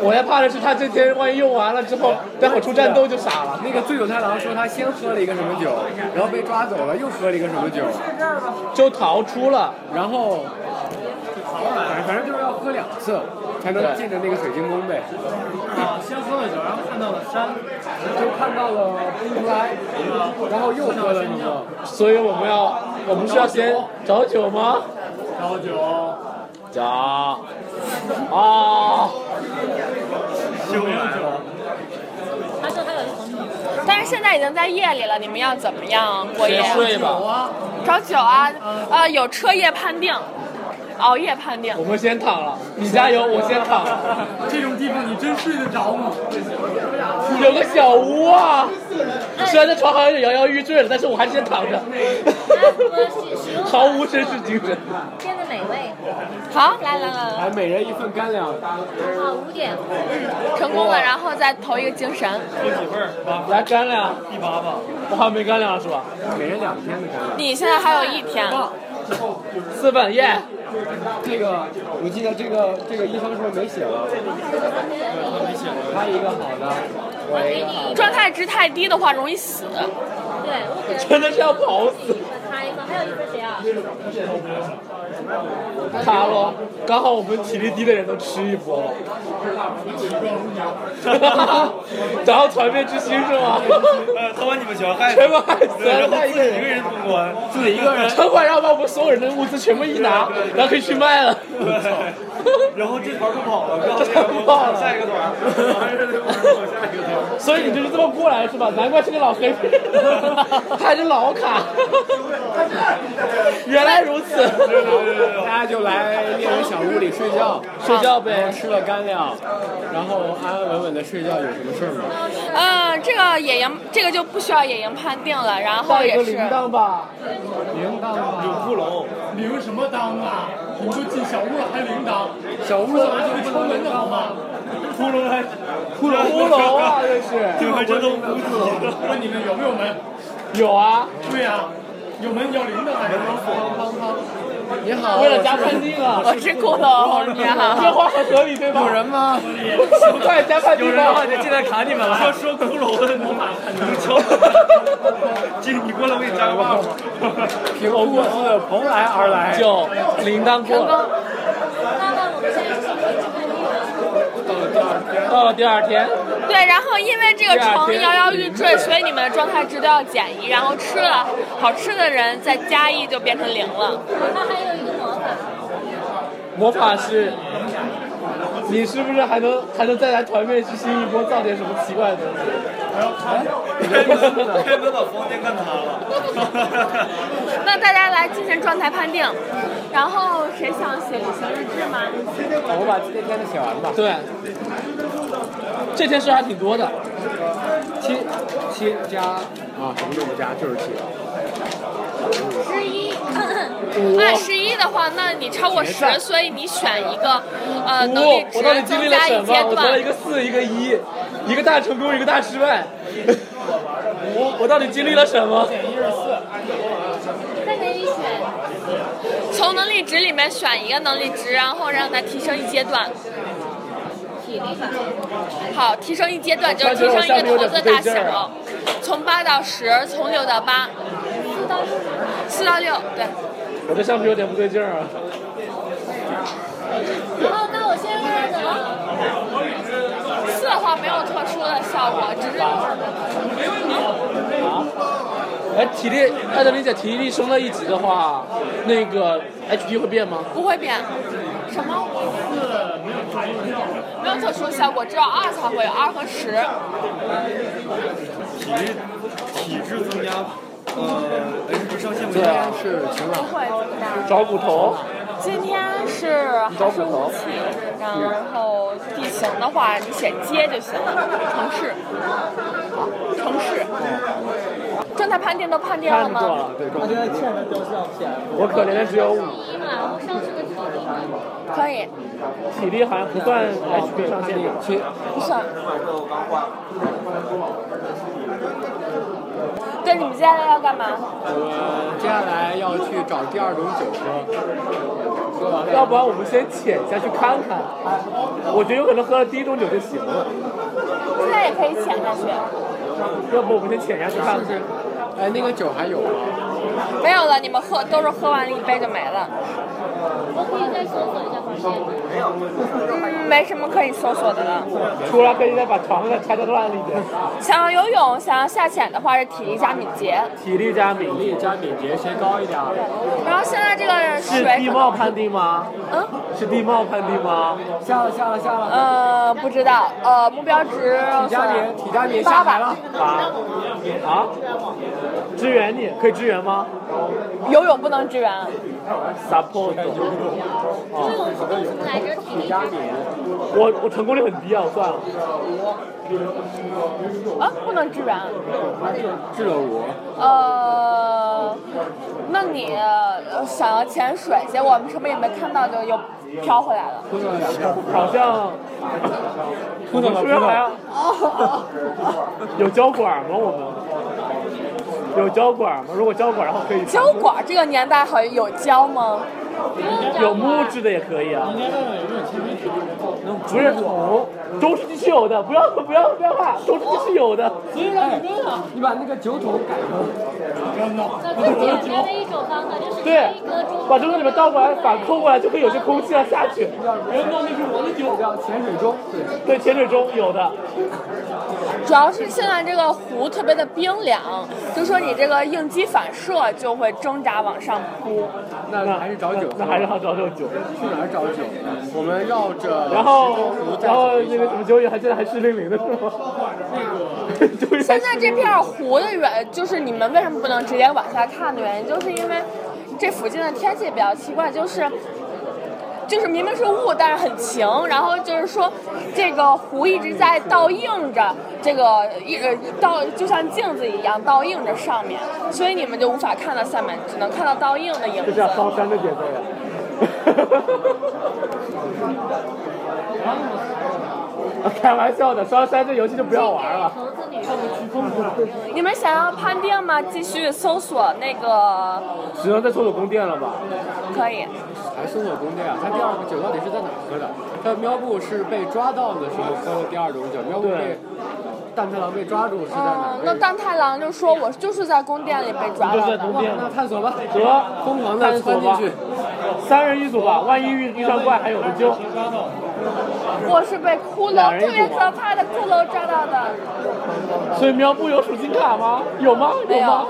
A: 我还怕的是他这天万一用完了之后，待会儿出战斗就傻了。
D: 那个醉酒太郎说他先喝了一个什么酒，然后被抓走了，又喝了一个什么酒，
A: 就逃出了，
D: 然后反正反正就是要喝两次才能进的那个水晶宫呗。
G: 啊，先喝了酒，然后看到了山，
D: 就看到了蓬莱，然后又喝了什么？
A: 所以我们要，我们是要先找酒吗？
G: 找酒，
A: 找啊！
C: 酒没有酒，
E: 他说他有一桶酒，
B: 但是现在已经在夜里了，你们要怎么样过夜
A: 先
B: 啊？
A: 睡吧，
B: 找酒啊，呃，有彻夜判定，熬夜判定
A: 我。们先躺了。你加油，我先躺了。
G: 这种地方你真睡得着吗？
A: 有个小屋啊，虽然这床好像有点摇摇欲坠了，但是我还是先躺着，
E: 他说使用
A: 毫无绅士精神。
E: 变得美味。
B: 好，来来来来，
D: 还哎每人一份干粮，
E: 啊，五点，
B: 成功了，然后再投一个精神。
C: 喝几份儿？八
A: 来干粮，
C: 一八吧。
A: 我好像没干粮了是吧？
D: 每人两天的干粮。
B: 你现在还有一天，
A: 四份耶。
D: 这个我记得这个这个医生说没写了，他一个好的，我一个好的。
B: 状态值太低的话容易死。
E: 对，我给
A: 真的是要跑死
E: 他一份，还有一份谁啊？
A: 他喽！刚好我们体力低的人都吃一波 了，然后团灭之心是吗？
C: 呃，他把你们全害
A: 全
C: 了，
A: 部害死
C: 对，
A: 了，
C: 然后
A: 他
C: 自
A: 一个
C: 己一个
A: 人。
C: 人通关，
A: 自己一个人，城管让把我们所有人的物资全部一拿，然后可以去卖了。
C: 然后这团儿就跑了，然后这个跑下一个团儿，还是得 跑下一个团儿。
A: 所以你就是这么过来是吧？难怪是个老黑，还是老卡，原来如此。
D: 大家就来那种小屋里睡觉，
A: 睡觉呗，
D: 吃了干粮，然后安安稳稳的睡觉，有什么事儿吗？
B: 嗯，这个野营这个就不需要野营判定了，然后
A: 放一
B: 也
A: 个
B: 是
A: 铃铛吧。
D: 铃铛吧，
C: 布隆，
G: 铃什么当啊？你就进小屋了还铃铛？
D: 小屋
G: 干嘛就会敲门的好吗？
C: 骷髅还骷髅
A: 骷髅啊， 这是
C: 这回真的无敌了。
G: 问你们有没有门？
A: 有啊，
G: 对呀、有门要铃铛还是什么？
D: 你好，
A: 为了加快进啊，
B: 我是骷髅，你
A: 这
B: 好。
A: 话很合理对吧？
D: 有人吗？
A: 快加快进吧。
G: 就进来砍你们了。
C: 要 说骷髅的魔法很能敲， 这你过来我给你加个 buff。
D: 凭空自蓬莱而来，
A: 九铃铛过了，
E: 那么我们现在是可以去看电影。
A: 到了第二天，
B: 对，然后因为这个城摇摇欲坠，所以你们的状态值都要减一，然后吃了好吃的人再加一就变成零了。
E: 它还有一个魔法，
A: 魔法师，你是不是还能还能再来团灭之心一波造点什么奇怪的东西？
C: 开门，开门把房间干塌了。
B: 那大家来进行状态判定，然后谁想写旅行日志吗？
D: 我把今天的写完吧。
A: 对，这件事还挺多的。
D: 七七加啊，什么都不加，就是七。
E: 之一。
B: 按十一的话，那你超过十，所以你选一个呃能力
A: 哦
B: 值
A: 我到底经历
B: 增
A: 了
B: 加
A: 什
B: 一
A: 么？
B: 阶
A: 我得了一个
B: 段。
A: 四，一个一，一个大成功，一个大失败。 我我到底经历了什么？
E: 再给你选，
B: 从能力值里面选一个能力值，然后让它提升一阶段。
E: 体力吧。
B: 好，提升一阶段就是提升一个头的大小，从八到十，从六到八，
E: 四到六嘛，
B: 四到六，对。
A: 我这橡皮有点不对劲儿啊！
E: 然后那我现在呢？
B: 四的话没有特殊的效果，只是
A: 哎，体力，艾德理解体力升了一级的话，那个 HP 会变吗？
B: 不会变。什么？没有特殊效果，只有二才会，二和十。
C: 体力体质增加，呃，HP 上限不
D: 今
C: 一
D: 天
C: 样。
D: 是晴朗，
A: 找骨头，
B: 今天是还是雾气，然后地形的话，你写街就行了，城市，城市。状态判定都判定了
A: 看过
B: 吗？
A: 了，对，我可怜的只有五，
E: 一嘛，我上次的体力嘛。
B: 可以，
A: 体力好像不算 HP 上限。
B: 不算。对，你们接下来要干嘛？
D: 我接下来要去找第二种酒喝。喝完了
A: 要不然我们先潜下去看看。我觉得有可能喝了第一种酒就行了，
B: 现在也可以潜下去。
A: 要不我们先潜下去看
D: 是
A: 看
D: 不是？。哎，那个酒还有吗？
B: 没有了，你们喝都是喝完了一杯就没了。
E: 我可以再搜索一下房间吗？
B: 嗯，没什么可以搜索的了。
A: 出来可以再把床上拆得烂一点。
B: 想要游泳、想要下潜的话是体力加敏捷，
A: 体力加敏力
D: 加敏捷谁高一点？
B: 然后现在这个
A: 是
B: 水
A: 地
B: 可
A: 貌
B: 能
A: 判定吗？
B: 嗯。
A: 是地貌判定吗？
D: 下了下了下了，
B: 呃，不知道，呃，目标值
D: 体加敏体加敏
B: 八
D: 下来
B: 吧
D: 了。。
A: 啊啊！支援你可以支援吗
B: 游泳不能支援，啊
A: ？Support。
E: 这种是叫什么来着？体力加敏。
A: 我我成功率很低啊，我算了。
B: 啊，不能支援。
D: 治了我，
B: 呃，那你、呃想要潜水，结果我们什么也没看到，就又飘回来了。
D: 喝了两遍。
A: 好像。扑腾了，好像有胶管吗？我们有胶管吗？如果胶管的话可以。
B: 胶管这个年代好像有胶吗？
A: 有木质的也可以啊。不是，都是必须有的，不要不要不要怕，都是必须有的。
D: 哎，你把那个酒桶改成
E: 那更简单的一种方法就是
A: 对
E: 一个中，
A: 把这个里面倒过来反扣过来，就会有些空气要下去。哎
D: 叫潜水钟。对，
A: 对，潜水钟有的。
B: 主要是现在这个湖特别的冰凉，就说你这个应激反射就会挣扎往上扑。
D: 那还是找酒酒
A: 那还是好找这种酒。
D: 去哪儿找酒？我们绕着
A: 然后
D: 徐州湖，再
A: 然后
D: 走一
A: 那个什么九宇还现在还湿淋淋的是吗？九宇
B: 现在这片儿湖的原，就是你们为什么不能直接往下看的原因，就是因为这附近的天气比较奇怪，就是就是明明是雾，但是很晴，然后就是说这个湖一直在倒映着这个一呃倒，就像镜子一样倒映着上面，所以你们就无法看到下面，只能看到倒映的影
A: 就
B: 子
A: 这。样高山的节奏呀。 开玩笑的，双山这游戏就不要玩了。
E: 猴子女王，
B: 你们想要判定吗？继续搜索那个
A: 只能在搜索宫殿了吧？
B: 可以。
D: 还搜索宫殿啊？他第二个酒到底是在哪儿喝的？他喵布是被抓到的时候喝的第二种酒，喵布被蛋太郎被抓住是在哪
B: 嗯，
A: 啊
B: 那
D: 儿？
B: 当太郎就说我就是在宫殿里被抓
A: 就是
B: 到
A: 在
B: 的。
A: 宫殿。
D: 那探索吧，
A: 得
D: 疯狂的窜进去。
A: 三人一组吧，万一遇遇上怪还有的救。
B: 我是被骷
A: 两
B: 髅，
A: 人一
B: 特
A: 组
B: 别可怕的骷髅抓到的。
A: 所以喵不有属金卡吗？有吗？
B: 没有
A: 吗？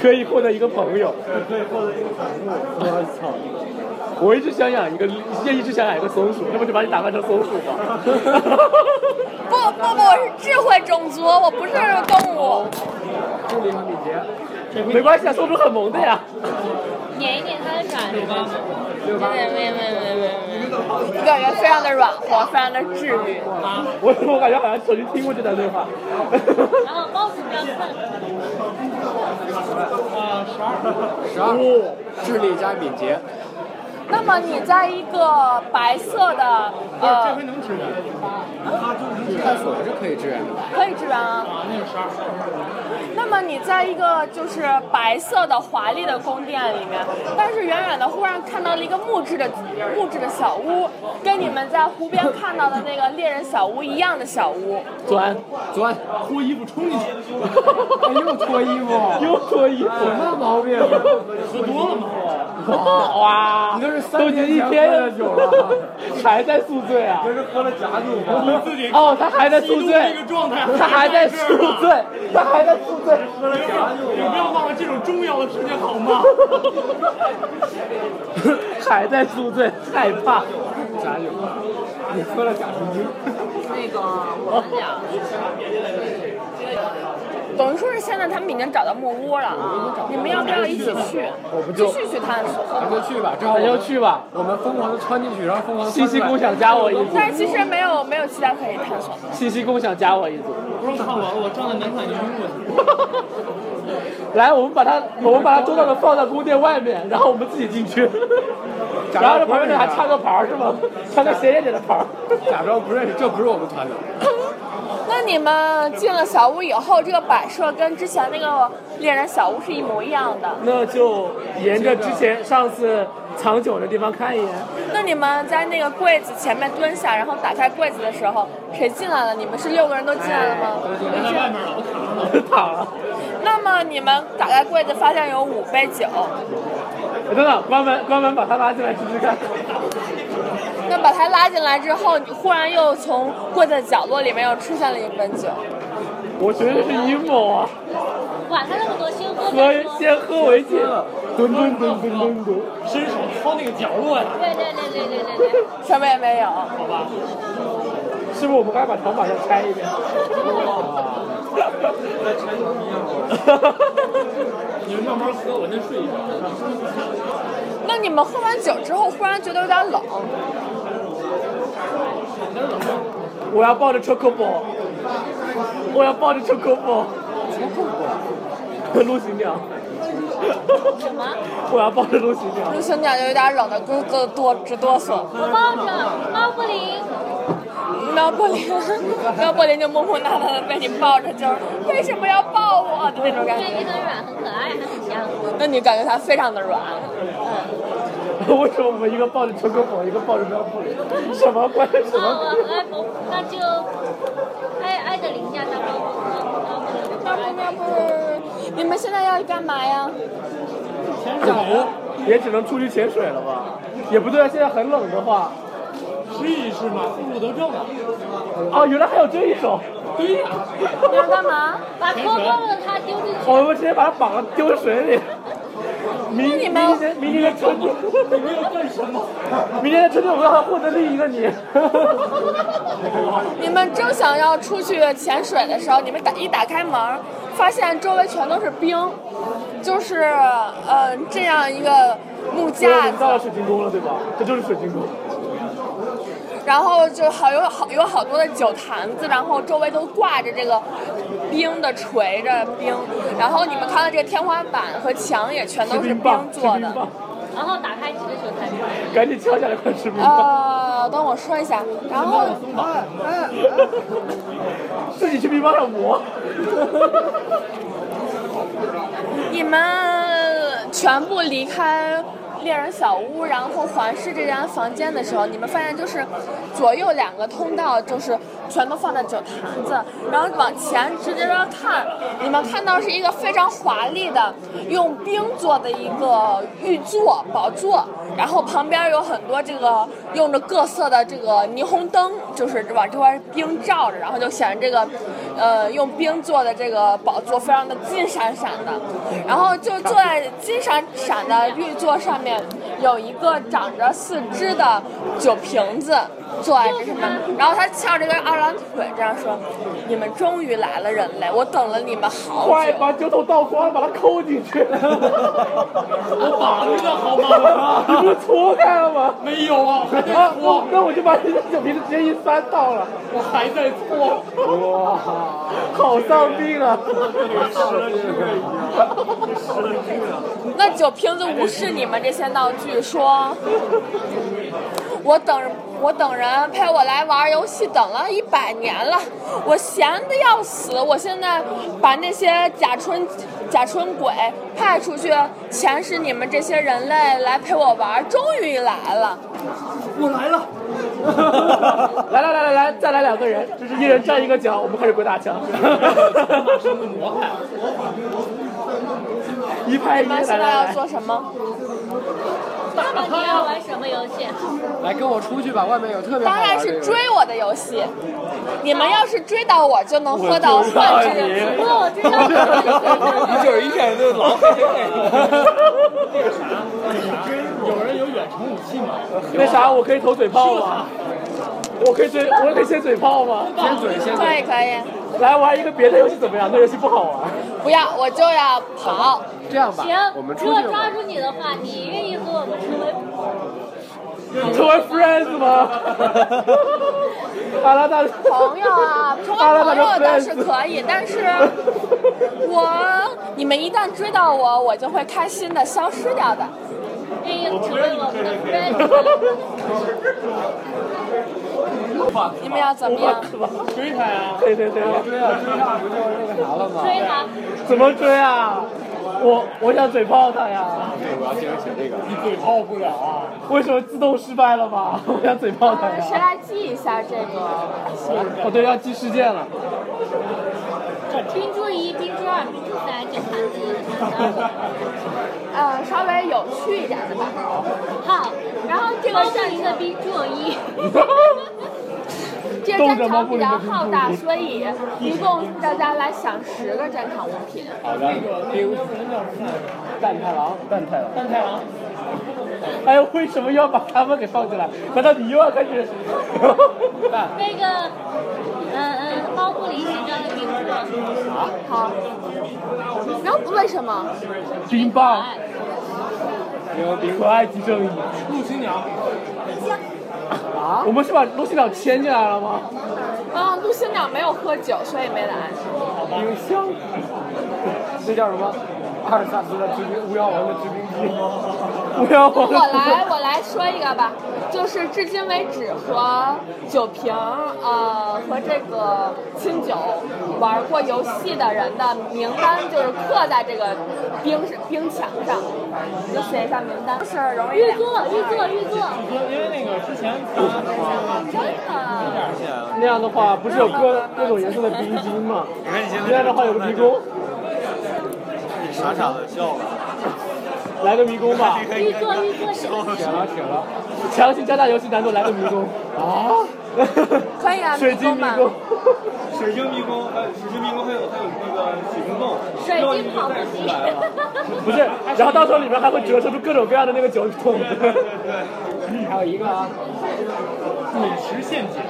A: 可以获得一个朋友。
D: 我操！
A: 我一直想养一个，一直想养一个松鼠，要不就把你打扮成松鼠吧。
B: 不不不，我是智慧种族，我不是动物。
D: 助理和敏捷，
A: 没关系啊，松鼠很萌的呀。
E: 捻一捻它的爪子。
D: 六八
B: 没没没没没没，我感觉非常的软和，非常的治愈。
A: 我我感觉好像手机听过这段对话。
E: 然后帽子不要碰，
A: 嗯
D: 十二，智力加敏捷，
B: 那么你在一个白色的呃，
D: 探索是可以支援的吧？
B: 可以支援啊。
A: 嗯
B: 那么你在一个就是白色的华丽的宫殿里面，但是远远的忽然看到了一个木质的木质的小屋，跟你们在湖边看到的那个猎人小屋一样的小屋。
A: 钻，
D: 钻，
C: 脱衣服冲进去，
D: 哎又脱 衣服，
A: 又脱衣服。
D: 什么毛病？
C: 喝多了吗？
A: 哇，
D: 你都是
A: 都
D: 三
A: 已经
D: 年
A: 一
D: 前喝
A: 天
D: 的酒了，，
A: 还在宿醉啊？
C: 是喝了假酒吗？自己
A: 哦，他还在宿
C: 这
A: 醉
C: 个，状态，
A: 他还在 宿醉，他还在宿醉。
C: 喝了假酒，你不要忘了这种重要的事情好吗？
A: 还在宿醉，害怕。
D: 假酒，你喝了假酒精。
F: 那个我们俩
B: 等于说是现在他们已经找到木屋了啊！你们要不要一起去？
D: 我不
B: 继
D: 就
B: 续去探索。
D: 咱就去吧，正好
A: 那就去吧。
D: 我们疯狂的穿进去，然后疯狂地
A: 西
D: 窜出
A: 西
D: 来
A: 贡想加我一组，
B: 但是其实没有没有其他可以探索的。
A: 西西贡想加我一组。
C: 不用看我，我站在南彩凝过
A: 来，我们把它，我们把它周到的放到宫殿外面，然后我们自己进去。
D: 假
A: 然后
D: 装
A: 这
D: 不
A: 旁边
D: 认识
A: 那还插个牌儿是吗？插个斜眼点的牌儿。
D: 假装不认识，这不是我们团的。
B: 那你们进了小屋以后，这个摆设跟之前那个猎人小屋是一模一样的。
A: 那就沿着之前上次藏酒的地方看一眼。
B: 那你们在那个柜子前面蹲下，然后打开柜子的时候，谁进来了？你们是六个人都进来了
D: 嗯
B: 吗？
C: 去，在外面了，我躺着呢。
A: 躺了。
B: 那么你们打开柜子，发现有五杯酒，
A: 哎等等，关门关门，把他拉进来试试看。
B: 那把它拉进来之后，你忽然又从柜子的角落里面又出现了一本酒。
A: 我觉得是阴谋啊，
E: 管他那么多，先喝
A: 喝
E: 再说。
A: 先喝为敬。蹲蹲蹲蹲蹲蹲。
C: 伸手掏那个角落呀，
E: 对对对对对对对，
B: 什么也没有。
A: 是不是我们该把床板上拆一遍？
C: 你们慢慢喝，我先睡一觉。
B: 那你们喝完酒之后，忽然觉得有点冷，
A: 我要抱着 Choco Ball，我要抱着 Choco Ball。陆行鸟，
E: 什么？
A: 啊我要抱着陆行鸟。
B: 陆行鸟就有点冷的咯咯哆直哆嗦。
E: 我抱着猫不灵，
B: 苗柏林，苗柏林就木木讷讷的被你抱着，就是为什么要抱我的那种感
E: 对，
B: 觉。
E: 你很软，很可爱，还很香。啊
B: 那你感觉它非常的软，
A: 为什么我们一个抱着 Choco Ball，一个抱着喵布林？什么关什
E: 啊，
A: 么？
E: 我爱猫，那就爱爱的凌驾它猫不灵，猫不灵，
B: 喵不喵不。你们现在要干嘛呀？
E: 哦
A: 也只能出去潜水了吧？也不对啊，现在很冷的话。
C: 试一试嘛，负负得正嘛。
A: 哦，原来还有这一手。
C: 对呀、
B: 你要干嘛？
E: 把脱光了它丢进去。
A: 我们直接把它绑了丢水里。明
B: 那你们
A: 明年明年的春酒，你们要干什么？明年的春酒我要获得另一个你。
B: 你们正想要出去潜水的时候，你们打一打开门，发现周围全都是冰，就是呃这样一个木
A: 我
B: 架
A: 们
B: 子，
A: 到了水晶宫了，对吧？这就是水晶宫。
B: 然后就好有好有好多的酒坛子，然后周围都挂着这个冰的垂着冰，然后你们看到这个天花板和墙也全
A: 吃
B: 都是
A: 冰棒，
B: 冰
A: 吃
B: 做
A: 冰
B: 的。
A: 棒，
E: 然后打开几个球才出来。
A: 赶紧敲下来，快吃冰棒。
B: 呃，等我说一下，然后
A: 自己去冰棒上磨。
B: 你们全部离开猎人小屋，然后环视这间房间的时候，你们发现就是左右两个通道就是全都放着酒坛子，然后往前直接要看，你们看到是一个非常华丽的用冰做的一个玉座宝座，然后旁边有很多这个用着各色的这个霓虹灯，就是往这块冰照着，然后就显得这个呃用冰做的这个宝座非常的金闪闪的，然后就坐在金闪闪的玉座上面，有一个长着四肢的酒瓶子坐在这上面，然后他翘着一个二郎腿这样说：“你们终于来了，人类，我等了你们好久。”
A: 快把酒桶倒光，把它扣进去。
G: 我绑着好吗？
A: 你不是搓开了吗？
G: 没有啊，我还在
A: 啊，
G: 搓
A: 那，那我就把你的酒瓶子直接一翻倒了。
G: 我还在搓。
A: 哇，好丧病啊！
B: 那酒瓶子无视你们这些闹剧，说：“我等我等人陪我来玩游戏，等了一百年了，我闲的要死。我现在把那些假春假春鬼派出去，遣使你们这些人类来陪我玩，终于来了。
G: 我来了，
A: 来来来来来，再来两个人，就是一人站一个脚，我们开始鬼打墙。 一拍一，
B: 你们
A: 来
B: 现
A: 来
B: 在要
A: 来，
B: 做什么？
E: 那么你要玩什么游戏？
D: 来跟我出去吧，外面有特别好
B: 当
D: 玩的。
B: 然是追我的游戏。你们要是追到我，就能喝到
D: 知道
B: 幻之
D: 你
E: 不过我知道你玩的游戏。
D: 你就是一看就老
G: 有人有远程武器吗？
A: 那啥，我可以投嘴炮吗？我可以嘴，我可以先嘴炮吗？
D: 先嘴先
B: 可
D: 嘴，
B: 以可以，
A: 来玩一个别的游戏怎么样？那游戏不好玩。
B: 不要我就要跑。
D: 这样吧，我
E: 行，
D: 们出
E: 如果
D: 去吧
E: 抓。住你的话，你愿意和我们成为
A: 成为 friends 吗？ 阿拉大，
B: 朋友啊，成为
A: 阿拉大
B: 朋友
A: 的
B: 倒是
A: friends，
B: 可以，但是我你们一旦追到我，我就会开心的消失掉的。
E: 愿意成为我们的 friend？
B: 你们要怎么样？
G: 追他呀！
A: 对对对，
E: 追他，
A: 怎么追啊？我我想嘴炮他呀，
D: 对，我要接着写这个。
G: 你嘴炮不了啊！
A: 为什么自动失败了吗？我想嘴炮他
B: 呃谁
A: 呀。
B: 来记一下这个？
A: 哦对，要记事件了。
E: 冰柱一、冰柱二、冰柱三，这盘子一盘
B: 呃，稍微有趣一点的吧。
E: 子。好，然后这个是一个冰柱一。
B: 这个战场比较浩大，所以一共大家来想十个战场物品。
D: 好的，冰蛋太郎，蛋太郎，
A: 三太郎。哎呦，为什么要把他们给放进来？难道你又要开始？
E: 那个，嗯嗯，包不离形状的冰柱。
B: 好，然后为什么？
A: 冰棒，可爱即正义。
G: 陆青鸟，
D: 啊
A: 我们是把陆新鸟牵进来了吗？
B: 啊，陆星鸟没有喝酒，所以没来。
D: 冰箱，这叫什么？阿尔萨斯的制冰，巫妖王的制 冰机。
A: 不要我
B: 我来，我来说一个吧，就是至今为止和酒瓶，呃，和这个清酒玩过游戏的人的名单，就是刻在这个冰冰墙上，就写一下名单，就是容易
E: 玉座，玉座，玉座。
G: 因为那个之前他，
B: 真的。
A: 那样的话，不是有各各种颜色的冰晶吗？那样的话有个迷宫。
C: 傻傻的笑了。
A: 来个迷宫吧。
E: 预做预做什么？
D: 选了选了，
A: 强行加大游戏难度，来个迷宫啊！
B: 可以啊，
A: 水
B: 迷
A: 晶
B: 宫
A: 迷
B: 嘛。
A: 宫，
C: 水晶迷宫，还有水晶迷宫还有还有那个水晶洞，
E: 水
C: 绕一
E: 晶
C: 圈
E: 跑 步
C: 再出
E: 机，
C: 来了。
A: 不是，然后到时候里面还会折射出各种各样的那个酒桶。
D: 还有一个啊，
G: 滚石陷阱，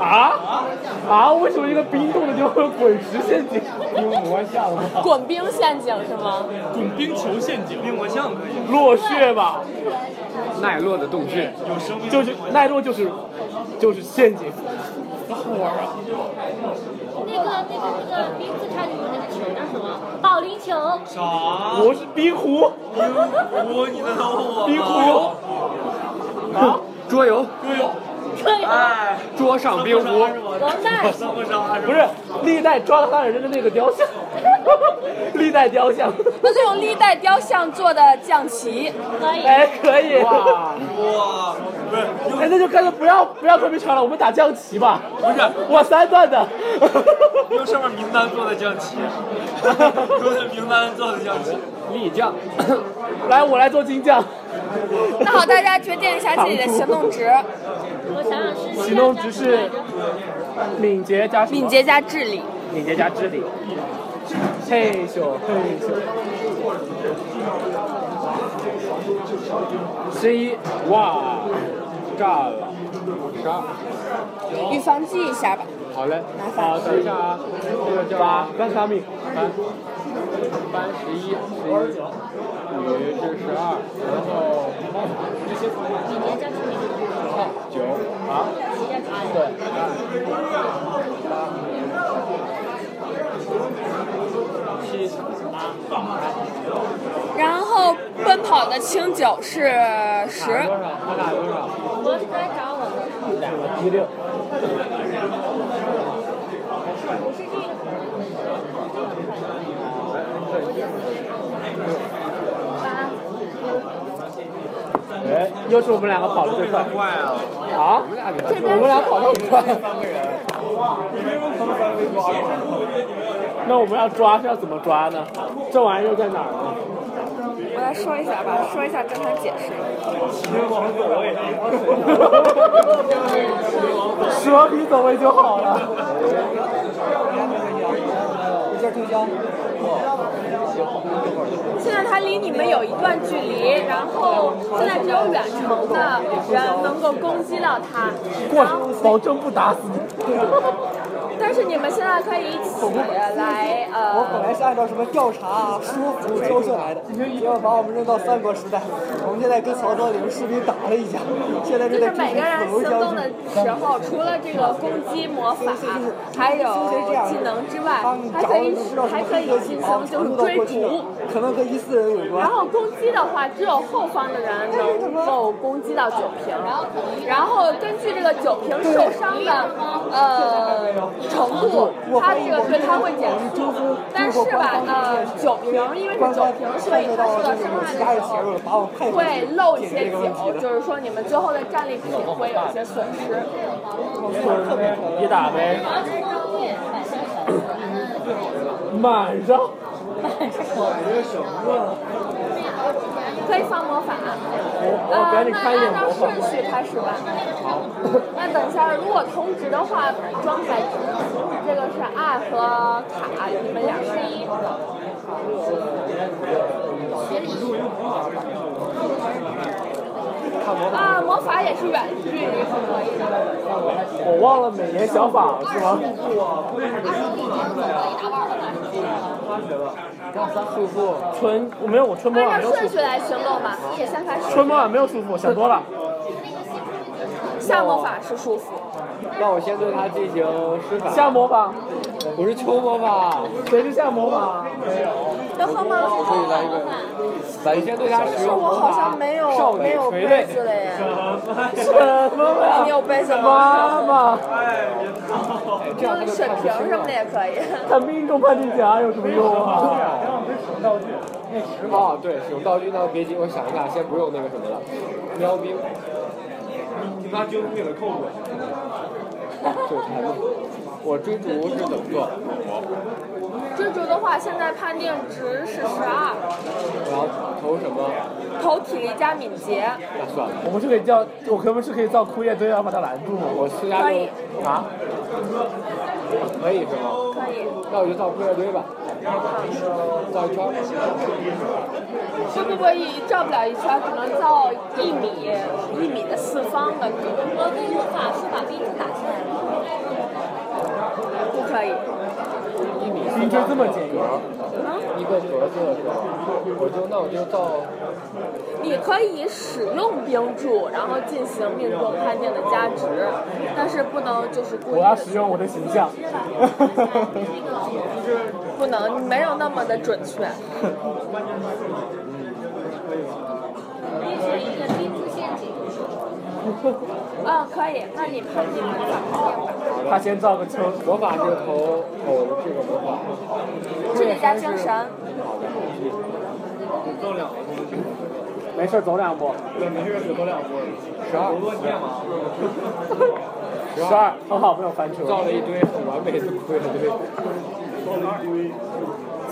A: 啊啊！为什么一个冰冻的地方会有滚石陷阱？
D: 冰魔像吗？
B: 滚冰陷阱是吗？
G: 滚冰球陷阱，
C: 冰魔像可以，
A: 落穴吧，
D: 奈落的洞穴，
C: 有生命。
A: 就是奈落就是就是陷阱。
E: 那个那个那个冰字开头那个球叫什么？保龄球，
C: 啥？
A: 我是冰壶，
C: 我你的我
A: 冰壶。
D: 桌游，
E: 对，
C: 哎，
D: 桌上冰壶，
E: 王大
C: 三国杀是吧？
A: 不是历代抓了汉人的那个雕像， 历代雕像，
B: 那就用历代雕像做的降旗。
E: 可以。
A: 哎，可以。
D: 哇，
C: 哇，不是
A: 哎，那就干脆不要不要特别长了，我们打降旗吧。
C: 不是，
A: 我三段的，
C: 用上面名单做的降旗，用的名单做的降旗，
D: 丽将，
A: 来我来做金将，
B: 那好，大家决定一下自己的行动值，
E: 我想想是
A: 行动值是敏捷加什么
B: 敏捷加智力。
A: 敏捷加肢体。嘿咻嘿咻，
D: 十一，哇，炸了，十二，
B: 预防记一下吧。
D: 好嘞，
B: 麻烦
D: 好，等一下啊，这个叫
A: 八班卡米，
D: 班，班十一，十一，女是十二，然后九啊，对，七，
B: 然后奔跑的清酒是十，
D: 多少？他打多少？
E: 我来找我的，
A: 一六，
E: 不是这个，
A: 哎，又是我们两个跑的最快
C: 怪啊！
A: 啊！
D: 我们俩比他
A: 我们俩跑得很快，那我们要抓是要怎么抓呢？这玩意儿又在哪儿呢？
B: 我来说一下吧，说一下跟他解释。
A: 蛇皮走位就好了。
B: 现在他离你们有一段距离，然后现在只有远程的人能够攻击到他，
A: 过来，保证不打死你。
B: 但是你们现在可以一起来
H: 我本
B: 呃。
H: 来是按照什么调查啊、说服挑选来的，结果把我们扔到三国时代。我们现在跟曹操领着士兵打了一架，现在
B: 就是
H: 正在
B: 每个人行
H: 进行死
B: 动
H: 亡
B: 的
H: 交
B: 时候，除了这个攻击魔法，还有技能之外，还可以还可以进行就是追逐。，
H: 可能和一四人有
B: 然
H: 关。
B: 后攻击的话，只有后方的人能够攻击到酒瓶。然后根据这个酒瓶受伤的呃程度，它这个对它会减速。但是吧，呃，酒瓶因为是酒瓶，所以它受到伤害
H: 家
B: 的
H: 也
B: 时
H: 介入
B: 候
H: 了，把我派回
B: 会
H: 去
B: 漏一些
H: 解决这个问题
B: 酒，
H: 的。
B: 就是说你们最后的战利品会有一些损失。
A: 你打呗。满上，
B: 可以放魔法。
A: 我我
B: 呃，
A: 赶紧看一眼
B: 那按
A: 魔
B: 照
A: 法
B: 顺序开始吧。那等一下，如果同值的话，装在这个是爱和卡，你们俩是一。啊，魔法也是远距离是可以的。
A: 我忘了美颜小法了是吗？
D: 速速，
A: 春我没有，我春魔
B: 按
A: 法没
B: 照
A: 有束
B: 顺
A: 缚，
B: 序来行动吧，也先开始。
A: 春魔法没有束缚，想多了。
B: 下魔法是舒服，
D: 那我先对他进行施法。
A: 下魔法，
D: 我是秋魔法，
A: 谁是下魔法？
B: 能喝吗？
D: 我先对他使用魔
B: 我好
D: 法。
B: 像没
D: 少
B: 有
D: 女
B: 没有
D: 垂
B: 杯
D: 泪
B: 子了耶。
A: 什么呀？
B: 你有杯子
A: 妈
B: 吗？哎
A: 妈，
B: 就是水瓶什么的也可以。
A: 他命中判定夹有什么用啊？
D: 哦，对，使用道具那别急，我想一下，先不用那个什么了。喵兵，
C: 那就给了 扣过。
D: 就是他们。我追逐是怎么做？
B: 追逐的话，现在判定值是十二，
D: 然后投什么？
B: 投体力加敏捷。
D: 那算了，
A: 我们是可以叫，我们是可以造枯叶堆，然啊后把它拦住吗？
D: 我私家
B: 可以
D: 就
A: 啊？
D: 可以是吗？
B: 可以，
D: 那我就造枯叶堆吧，造一圈儿。
B: 不不不，一照不了一圈，只能造一米一米的四方的格，
E: 我可以用法术把冰柱打下来吗？
B: 不可以。
D: 一米四就这么几格儿，一个格子是吧？我就那我就造
B: 你可以使用冰柱，然后进行命中判定的加值，但是不能就是故
A: 我
B: 意
A: 要
B: 的
A: 使用我的形象。
B: 不能没有那么的准确。
E: 变成一个冰柱陷阱。
B: 啊，可以，那你判定的法
A: 他先造个球，
D: 魔法是投投这个魔法，
B: 智力加精神，
A: 没事走两步。
D: 十二，
A: 十二，很好，没有翻车。
D: 造了一堆很完美的枯叶堆。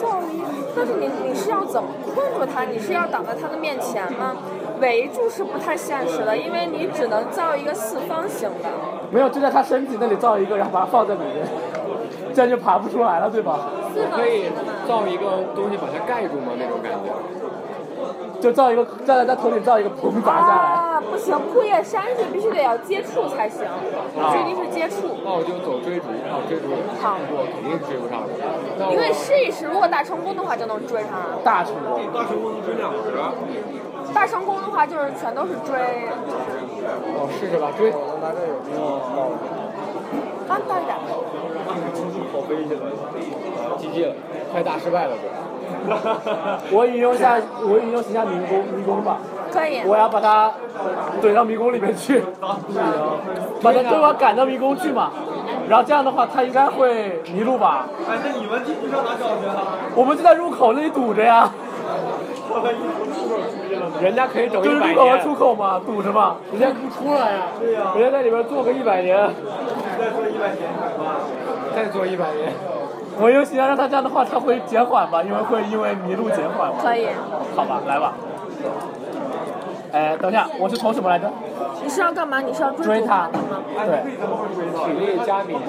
B: 造了一，但是你你是要怎么困住他？你是要挡在他的面前吗？围住是不太现实的，因为你只能造一个四方形的。
A: 没有，就在他身体那里造一个，然后把它放在里面，这样就爬不出来了，对吧？
D: 我可以造一个东西把它盖住吗？那种感觉。
A: 就造一个，站在他头顶造一个，砰砸下来。
B: 啊，不行，枯叶山是必须得要接触才行，距离是接触。
D: 那我就走追逐，啊，追逐
B: 好
D: 我肯定追不上的。那
B: 你可以
D: 我
B: 试一试，如果大成功的话就能追上来。
A: 大成功，
C: 大成功能追两啊个人，
B: 大成功的话就是全都是追，
D: 我试试吧，追。
B: 啊，大一点。
D: GG 了，快大失败了都。
A: 我引用一下，我引用一下迷宫，迷宫吧，
B: 可以，
A: 我要把它怼到迷宫里面 去，把它对我赶到迷宫去嘛。然后这样的话，他应该会迷路吧？
C: 哎，那你们地图上哪找去啊？
A: 我们就在入口那里堵着呀，
D: 人家可以走
A: 就是
D: 一百
A: 入口和出
D: 年，
A: 口嘛，堵着嘛。
D: 人家不出来呀。对呀。人家在里边坐个一百年，
C: 再说一百年，
D: 再坐一百年。
A: 我用想让他这样的话，他会减缓吧，因为会因为迷路减缓嘛。
B: 可以。
A: 好吧，来吧。哎，等一下，我是从什么来着？
B: 你是要干嘛？你是要追
A: 追
B: 逐
A: 他
B: 吗？
A: 对，
D: 体力加敏捷，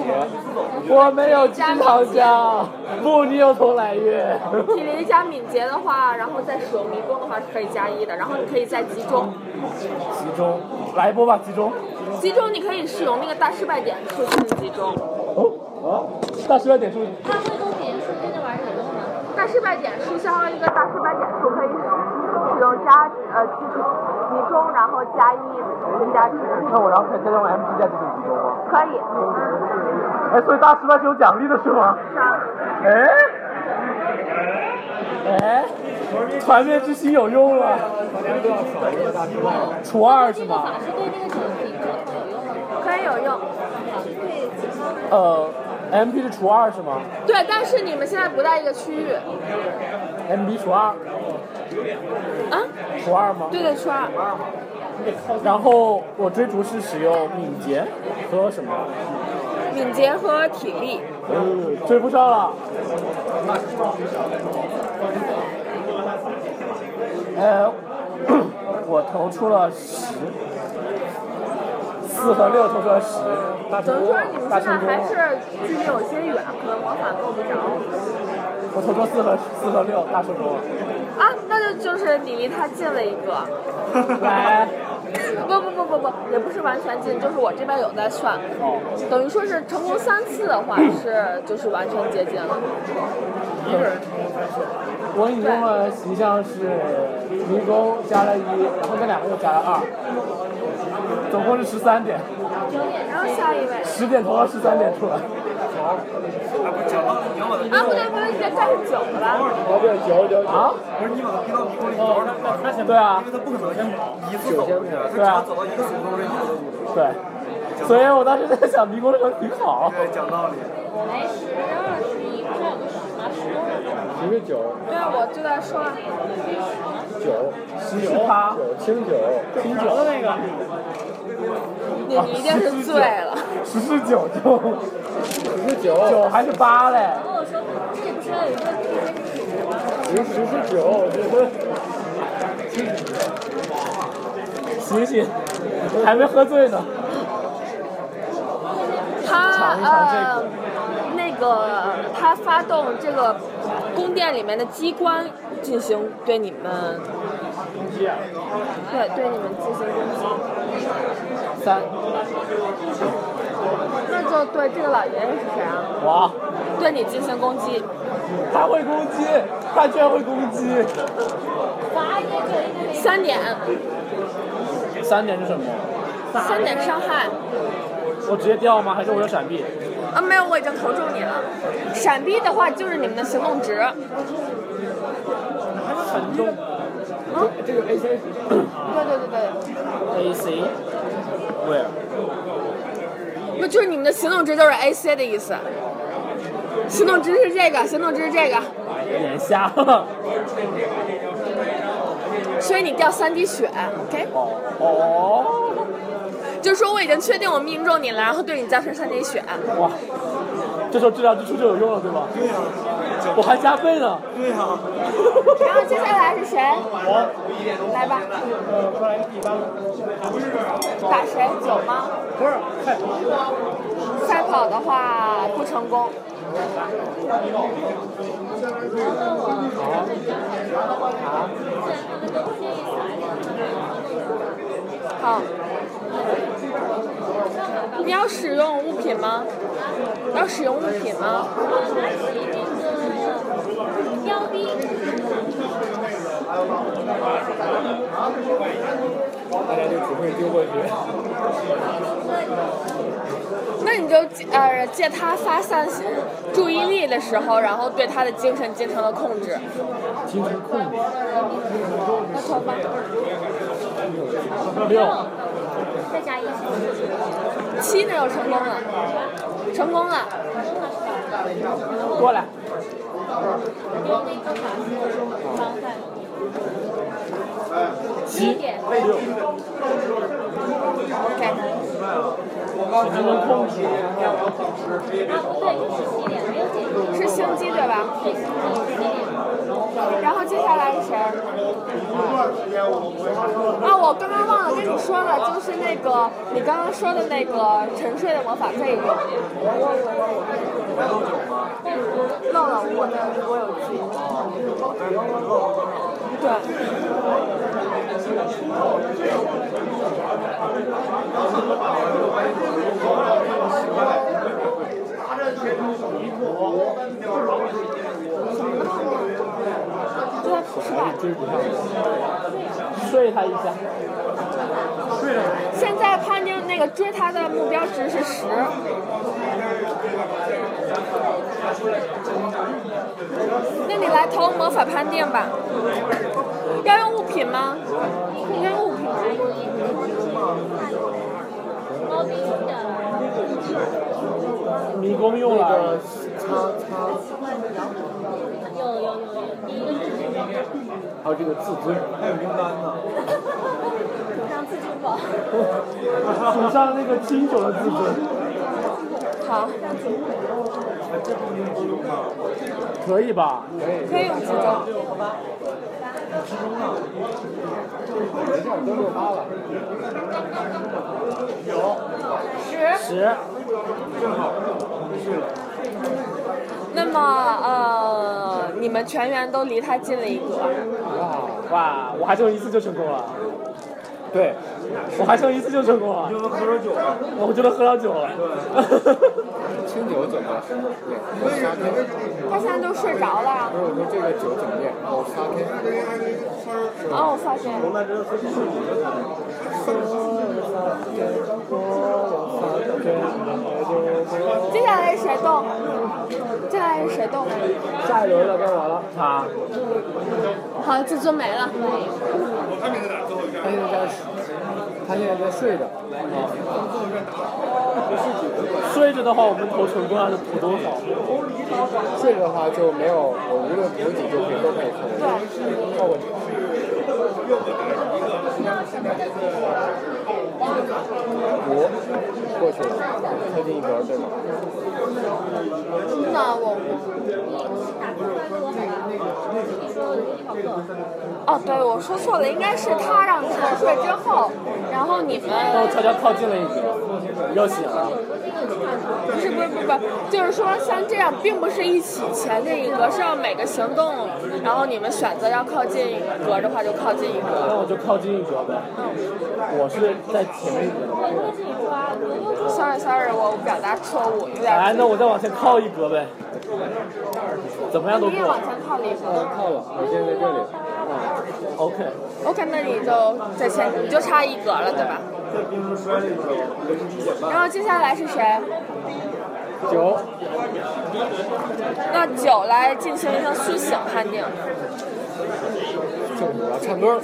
A: 我没有金桃江，不，你有同来月。
B: 体力加敏捷的话，然后再使用迷宫的话是可以加一的，然后你可以再集中，
A: 集中，来一波吧，集中。
B: 集中你可以使用那个大失败点数进行集中，
A: 哦，啊，大师要点数，
E: 他会动点数跟着玩有用吗？
B: 大失败点数消耗一个大失败点数可以使用加呃集中集中，然后加一增加值，
A: 那我然后可以再用 M G 在这里集中吗？
B: 可以。
A: 哎，所以大师那是有奖励的是吗？
B: 是啊
A: 哎，哎，团灭之心有用了。除二是吗？
E: 法术对那个球体状况有用吗？
B: 可以有用，
A: 呃，M P 是除二是吗
B: 对，但是你们现在不在一个区域，
A: ？M B 除二，
B: 啊，
A: 除二吗？
B: 对对，圈儿，
A: 然后我追逐是使用敏捷和什么？
B: 敏捷和体力，
A: 呃，追不上了。呃，我投出了十，四和六投出了十，大
B: 等
A: 成
B: 于
A: 功
B: 说你，们
A: 大
B: 现在
A: 成功
B: 还。是距离有些远，可能魔法够不着。
A: 我投出四和四和六，大成功。
B: 啊，那就就是你离他近了一个。
A: 来，
B: 不不不不不，也不是完全近，就是我这边有在算，等于说是成功三次的话是就是完全接近了。
A: 我引用了形象是迷宫加了一，然后那两个又加了二，总共是十三点，
B: 然后下一位，
A: 十点投了十三点出来。
B: 啊不对不对，这该是九了吧？
D: 我这九九九，
A: 啊？
C: 不是你把他逼到迷宫里，你要让他往前
A: 对啊
C: 因为他不可能一次走过去，他只
A: 对啊
C: 要走到一个死胡同是一个死胡同。
A: 对，所以我当时在想迷宫的时候挺好。
C: 对，讲道理。
E: 本来十二十一，不是有个十吗？十二。
D: 十个九
B: 对啊，我就在说，
D: 九
A: 十趴，
D: 九清九。
A: 挺久的那个，
B: 你你一定是醉了。
A: 十是九就
D: 十九，
A: 九还是八嘞？
E: 然后我说，这里不是还有
H: 有十是九，我觉得
A: 醒醒，还没喝醉呢。
B: 他呃，那个他发动这个宫殿里面的机关进行对你们，对对你们进行攻击。
A: 三，
B: 那就对这个老爷爷是谁啊？
A: 哇，
B: 对你进行攻击，
A: 他会攻击，他居然会攻击。
B: 三点，
A: 三点是什么？
B: 三点伤害。
A: 我直接掉吗？还是我有闪避？
B: 啊，没有，我已经投中你了。闪避的话就是你们的行动值，
A: 很重。这个 A C
B: 对对对
A: A C where？
B: 对，那就是你们的行动值就是 AC 的意思。行动值是这个，行动值是这个，
A: 有点瞎。 哦
B: 所以你掉三滴血，OK？
A: 哦，
B: 就是说我已经确定我命中你了，然后对你加深三滴血。
A: 哇，这时候治疗之初就有用了，对吧？对呀、我还加倍呢。
B: 然后接下来是谁？来吧。打谁？九吗？不是，赛跑的话不成功。好。你要使用物品吗？要使用物品吗？
E: 嗯标兵，
B: 那你就呃借他发散注意力的时候，然后对他的精神进行了控制。那头发
A: 六，
E: 再加一十，
B: 七呢又成功了，成功了。
A: 过来。
E: 用那个法师伤害。
A: 七，
E: 点
B: OK，
A: 能不能控制？
E: 啊，不对，是七点，没有减一，
B: 是星机对吧？
E: 对，是七点。
B: 然后接下来是谁？啊，我刚刚忘了跟你说了，就是那个你刚刚说的那个沉睡的魔法可以用。漏了我的，我有记。对。对，是吧？
A: 睡他一下。
B: 现在判定那个追他的目标值是十。那你来投魔法判定吧。要用物品吗？应该用物品吧。
E: 猫兵的，
A: 迷宫用了。
E: 有有有有，第一个是
D: 还有这个自尊，
E: 让自尊宝，
A: 补上那个清酒的自尊，
B: 好，
A: 可以吧？
B: 可以用集中。十。
A: 十，
B: 那么呃，你们全员都离他近了一格。
A: 哇，我还剩一次就成功了，
D: 对，
A: 我还剩一次就成功了。你就能喝着酒了？我就能喝到酒了。
D: 清酒怎么炼？我杀天，
B: 他现在都睡着了。
D: 不是我说这个酒怎么炼？我杀天，
B: 哦，我发现。接下来是谁动？接下来是谁动？
A: 下一轮要干嘛了？他。
B: 好，自尊没了。
D: 他现在在，他现在在睡着。
A: 睡着的话，我们投成功还是普通好？
D: 睡着的话就没有，我无论补给就可以都可以扣。
B: 对。
D: 扣我五过去了，靠近一格对吗？
E: 真的，我我打字发给我好了，你说我的地方课，
B: 哦，对，我说错了，应该是他让你入睡之后，然后你们
A: 那我悄悄靠近了一格，又醒啊了。
B: 不是不是不是不是，就是说像这样，并不是一起前进一格，是要每个行动，然后你们选择要靠近一格的话就靠近一格。
A: 那我就靠近一格呗。我是在前面一格的。
B: sorry sorry，我表达错误，有点。
A: 哎，那我再往前靠一格呗。怎么样都
B: 你也
A: 够
B: 往。前靠了一格。
D: 靠了，我现在在这里。
A: OK，
B: OK，那你就在前，你就差一格了，对吧？然后接下来是谁？
D: 九，
B: 那九来进行一个苏醒判定。
D: 正我要唱歌。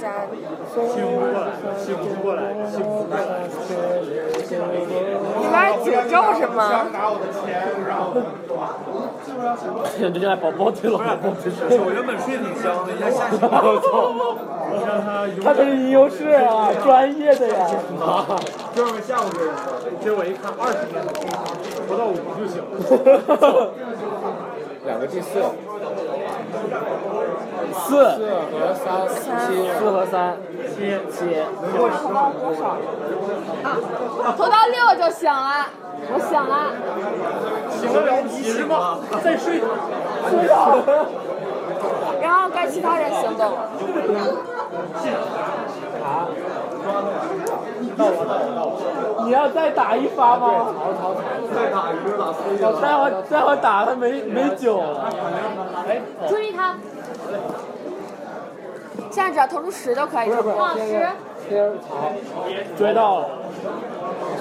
B: 你玩诅咒是吗？
A: 这就来宝宝推了，宝宝推了。
C: 我原本睡得挺香的，一下吓醒了。
A: 我操！他这是吟游诗人啊，专业的呀。
G: 哥们下午给我的，结果一看二十天，不到五就醒了。
D: 两个第四，
A: 四
D: 四和三七，
A: 四和三，七七。
B: 投到六就醒了，我醒了。
G: 醒得了你是吗？再睡
B: 然后该其他人行动了。
A: 你要再打一发吗？我待会儿待会儿打他没没酒了。
E: 注意他，
B: 现在只要投出十就可以。
E: 往
B: 啊
E: 十。
D: 天好，
A: 追到了，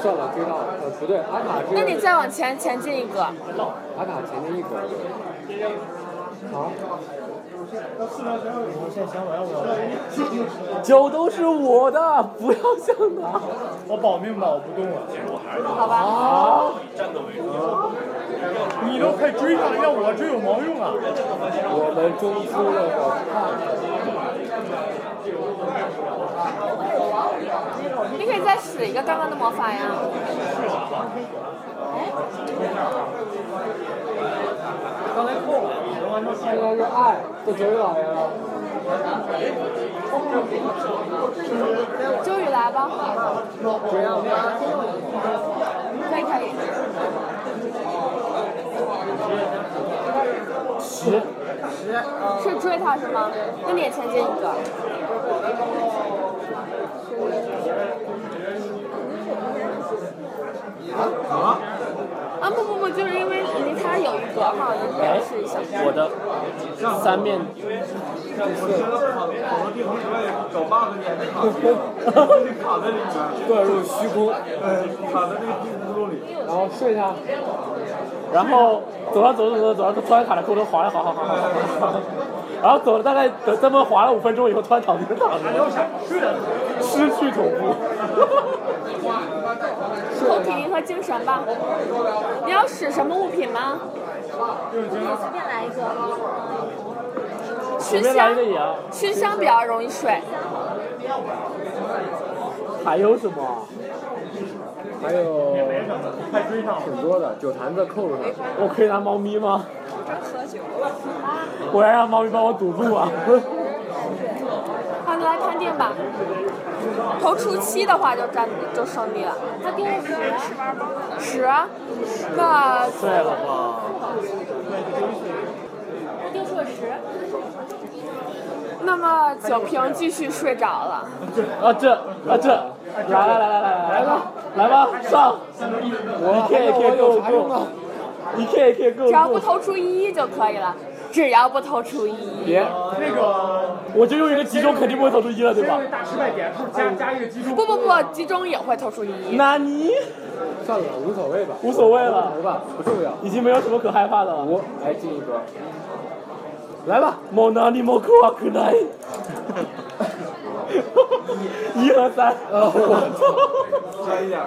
D: 算了，追到了，呃，不对，阿卡
B: 那
D: 这
B: 你
D: 个，
B: 再往前前进一个，
D: 阿卡前进一格。好，
A: 酒都是我的，不要想拿。
G: 我保命吧，我不动了。
B: 好吧？
A: 啊！
G: 你都快追上了，让我追有毛用啊！
D: 我们中出了个
B: 你可以再使一个刚刚的魔法呀。
D: 看，应该是爱，这九老爷了。
B: 周宇来吧。可以可以。
A: 十
B: 是追他是吗？那你也前进一个。啊不不不，就是因为离他有一格哈，能表示一下。
A: 我的三面，
D: 遁入虚空，
G: 哎
D: 然后睡下。
A: 然后走上走着走着走着，突然卡在空中滑了，好好好好好好。然后走了大概等这么滑了五分钟以后，突然躺地上躺着，失去同步。
B: 投体力和精神吧。你要使什么物品吗？
E: 随便来一个，
A: 随
B: 熏
A: 便来一
B: 香
A: 个，也啊，
B: 熏香比较容易睡。
A: 还有什么？
D: 还有挺多的，酒坛子扣住它。
A: 我可以拿猫咪吗？我要让猫咪帮我堵路啊！
B: 好，你来判定吧。投出七的话就占就胜利了。
E: 他丢了十，
B: 十，那
A: 对了吧？
E: 他丢出了十，
B: 那么酒瓶继续睡着了。
A: 啊这啊这，来来来来来来吧，来吧上！你 K
D: 我
A: K
D: 有
A: go
D: 啥用啊
A: go，？你 K K go
B: 只要不
A: go，
B: 投出一就可以了，只要不投出一。
D: 别，
G: 那个
A: 我就用一个集中，肯定不会投出一了，对吧
G: 这？个大失败点数加加一个集中。
B: 不不不，集中也会投出一。
A: 那你
D: 算了，无所谓吧，
A: 无所谓
D: 头
A: 了，
D: 吧，不重要。
A: 已经没有什么可害怕的了。
D: 五，来进一格。
A: 来吧，某哪里某科瓦克奈。一和三，我操！
G: 深一点。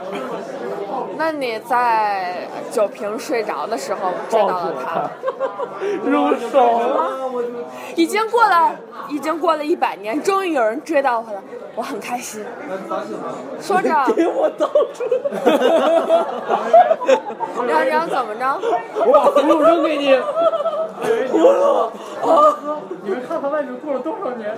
B: 那你在酒瓶睡着的时候知道
A: 抱住
B: 了
A: 他
B: 他，，
A: 入手了。
B: 已经过了，已经过了一百年，终于有人追到我了，我很开心。说着，
A: 给我倒出
B: 然后然后怎么着？
A: 我把葫芦扔给你，葫芦。
G: 你们看他外面过了多少年？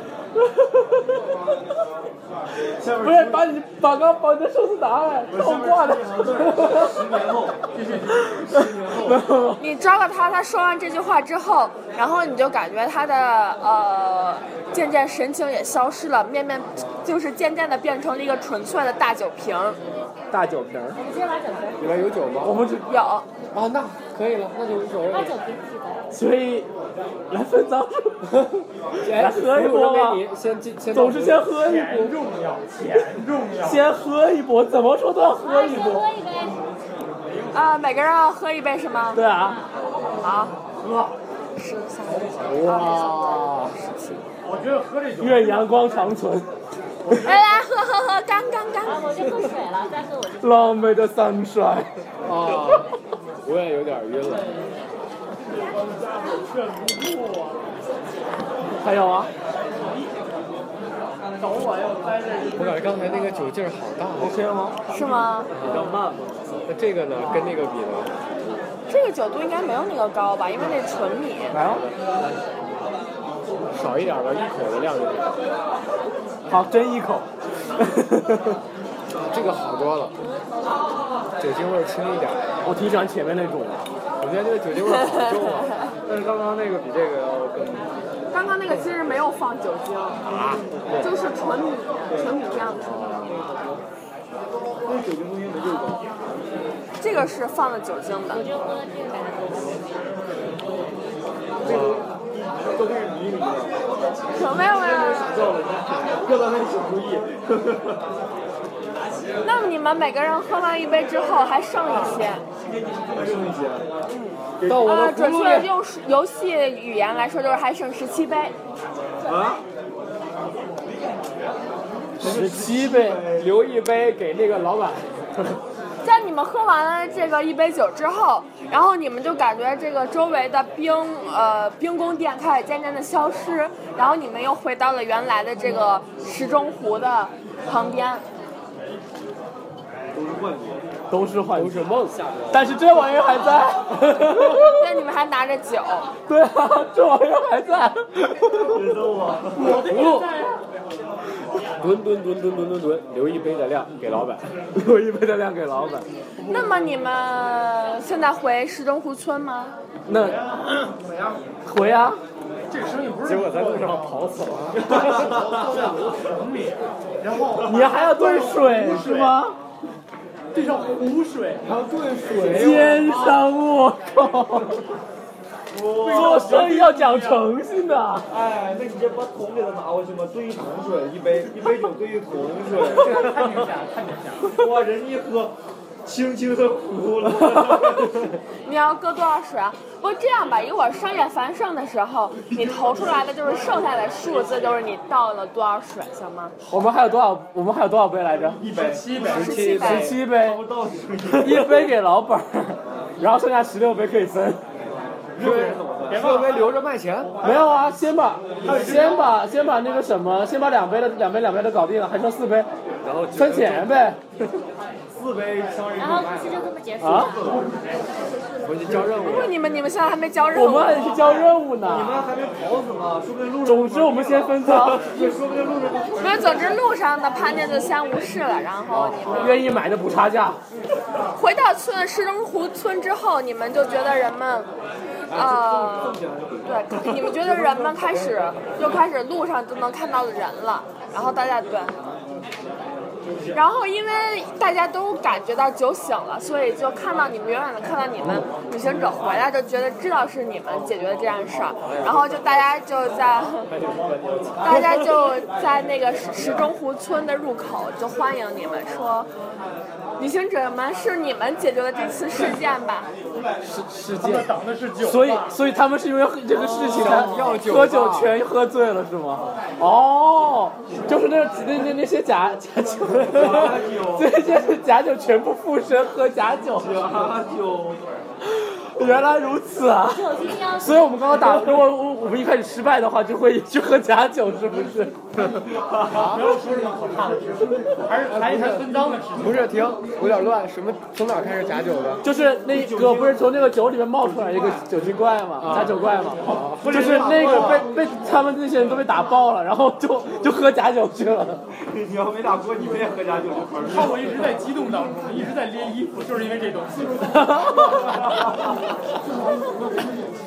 G: 下面
A: 不是把你把刚把你的寿司拿来，倒挂的。
G: 十年后，继续十年后，
B: 你抓到他，他说完这句话之后，然后你就感觉他的呃，渐渐神情也消失了，面面就是渐渐的变成了一个纯粹的大酒瓶儿。
A: 大酒瓶儿，
D: 你们有酒吗？
A: 我们只
B: 有，
D: 啊，那可以了，那就无所谓。
A: 所以来分赃，
D: 哎
A: 来喝一
D: 葫芦
A: 波
D: 扔
A: 吧
D: 给。你，先先先倒
A: 总是先
D: 葫芦
A: 喝一波，
G: 钱重要，钱重要。
A: 先喝一波，怎么说都要喝一
E: 先
A: 波。
E: 喝一杯，
B: 啊、每个人要喝一杯是吗？
A: 对啊，
B: 好，喝，是下一杯。
D: 哇，
G: 我觉得喝这酒，
A: 愿阳光长存。
B: 来来，喝喝喝，干干干！
E: 我就喝水了，再喝我就。
A: 浪漫的 sunshine，
D: 啊，我也有点晕了。
A: 还有啊，
D: 我感觉刚才那个酒劲儿好大啊！
A: 吃了吗？
B: 是吗？
D: 那这个呢，跟那个比呢？
B: 这个酒度应该没有那个高吧，因为那纯米。
A: 来啊，
D: 少一点吧，一口的量就行。
A: 好，真一口。
D: 这个好多了，酒精味儿轻一点。
A: 我挺喜欢前面那种的，
D: 我觉得这个酒精味儿好 重啊，但是刚刚那个比这个要更
B: 刚刚那个其实没有放酒精，
D: 啊
B: 就是纯米，纯米酿出来的。这个是放了酒精的，
G: 都是迷你的，
B: 没有没有。
G: 知道吗？各单位请注意。
B: 那么你们每个人喝完一杯之后还剩一些，
D: 到哦我
B: 呃，
D: 的葫
B: 准
D: 芦
B: 确
D: 里。
B: 用游戏语言来说就是还剩十七杯。
G: 啊？
A: 十七杯，
D: 留一杯给那个老板，
B: 在你们喝完了这个一杯酒之后，然后你们就感觉这个周围的冰呃冰宫殿开始渐渐的消失，然后你们又回到了原来的这个石钟湖的 旁边。
A: 都是幻
D: 都
A: 觉，
D: 是梦。
A: 但是这玩意儿还在。
B: 但你们还拿着酒，
A: 对啊，这玩意儿还在。
D: 葫芦，吨吨吨吨吨吨吨，留一杯的量给 老板。
A: 我一杯的量给老板。
B: 那么你们现在回石钟湖村吗？
A: 那回啊，
D: 结果在路上
G: 啊
D: 跑死了。
A: 你还要兑水是吗？
G: 这叫湖水，
A: 奸商，我靠！做生意要讲诚信的。
G: 哎，那你这把桶给他拿过去吗？兑一桶水，一杯一杯酒兑一桶水，看你家，看你家，哇，人一喝，轻轻的哭了。
B: 你要搁多少水啊？不过这样吧，一会儿商业繁盛的时候，你投出来的就是剩下的数字，就是你倒了多少水，行吗？
A: 我们还有多少？我们还有多少杯来着？
G: 一百七百，
B: 十七
A: 十
G: 哎
B: 杯。
A: 七杯，
G: 到十
A: 一杯给老板儿， 然后剩下十六杯可以分。
D: 会不会留着卖钱？
A: 没有啊，先把先把先把那个什么，先把两杯的两杯两杯的搞定了，还剩四杯，
D: 然后
A: 分钱呗。
G: 四杯，相
E: 然后故事就这么结束
A: 啊
E: 了。，
D: 回去交任务。
B: 不，你们你们现在还没交任务。
A: 我们还得去交任务呢。
G: 还没跑死呢，说不定路
A: 总之，我们先分赃。
G: 说不定路上
B: 没有，总之路上的叛逆就先无视了。然后你们
A: 愿意买的补差价。
B: 回到村石钟湖村之后，你们就觉得人们，呃，对，你们觉得人们开始又开始路上就能看到人了，然后大家对。然后，因为大家都感觉到酒醒了，所以就看到你们远远的看到你们旅行者回来，就觉得知道是你们解决的这件事儿，然后就大家就在，大家就在那个石石钟湖村的入口就欢迎你们，说旅行者们是你们解决了这次事件吧？
A: 他们挡的是酒，所以所以他们是因为这个事情才喝酒全喝醉了是吗？哦，就是那那那那些假假酒，这些是假酒全部附身喝假酒，
G: 假酒，
A: 原来如此啊！
E: 我今天要
A: 所以我们刚刚打，如果我我们一开始失败的话，就会去喝假酒，是不是？
C: 不要说这么可怕的知识，还是谈一谈分赃的事情。
D: 不是，停，我有点乱，什么从哪儿开始假酒的？
A: 就是那个不是从那个酒里面冒出来一个酒精怪
C: 啊
A: 嘛，假酒怪嘛，就是那个被被他们那些人都被打爆了，然后就就喝假酒去了。
G: 你要没打过，你们也喝假酒就玩
C: 看我一直在激动当中，一直在捏衣服，就是因为这东西。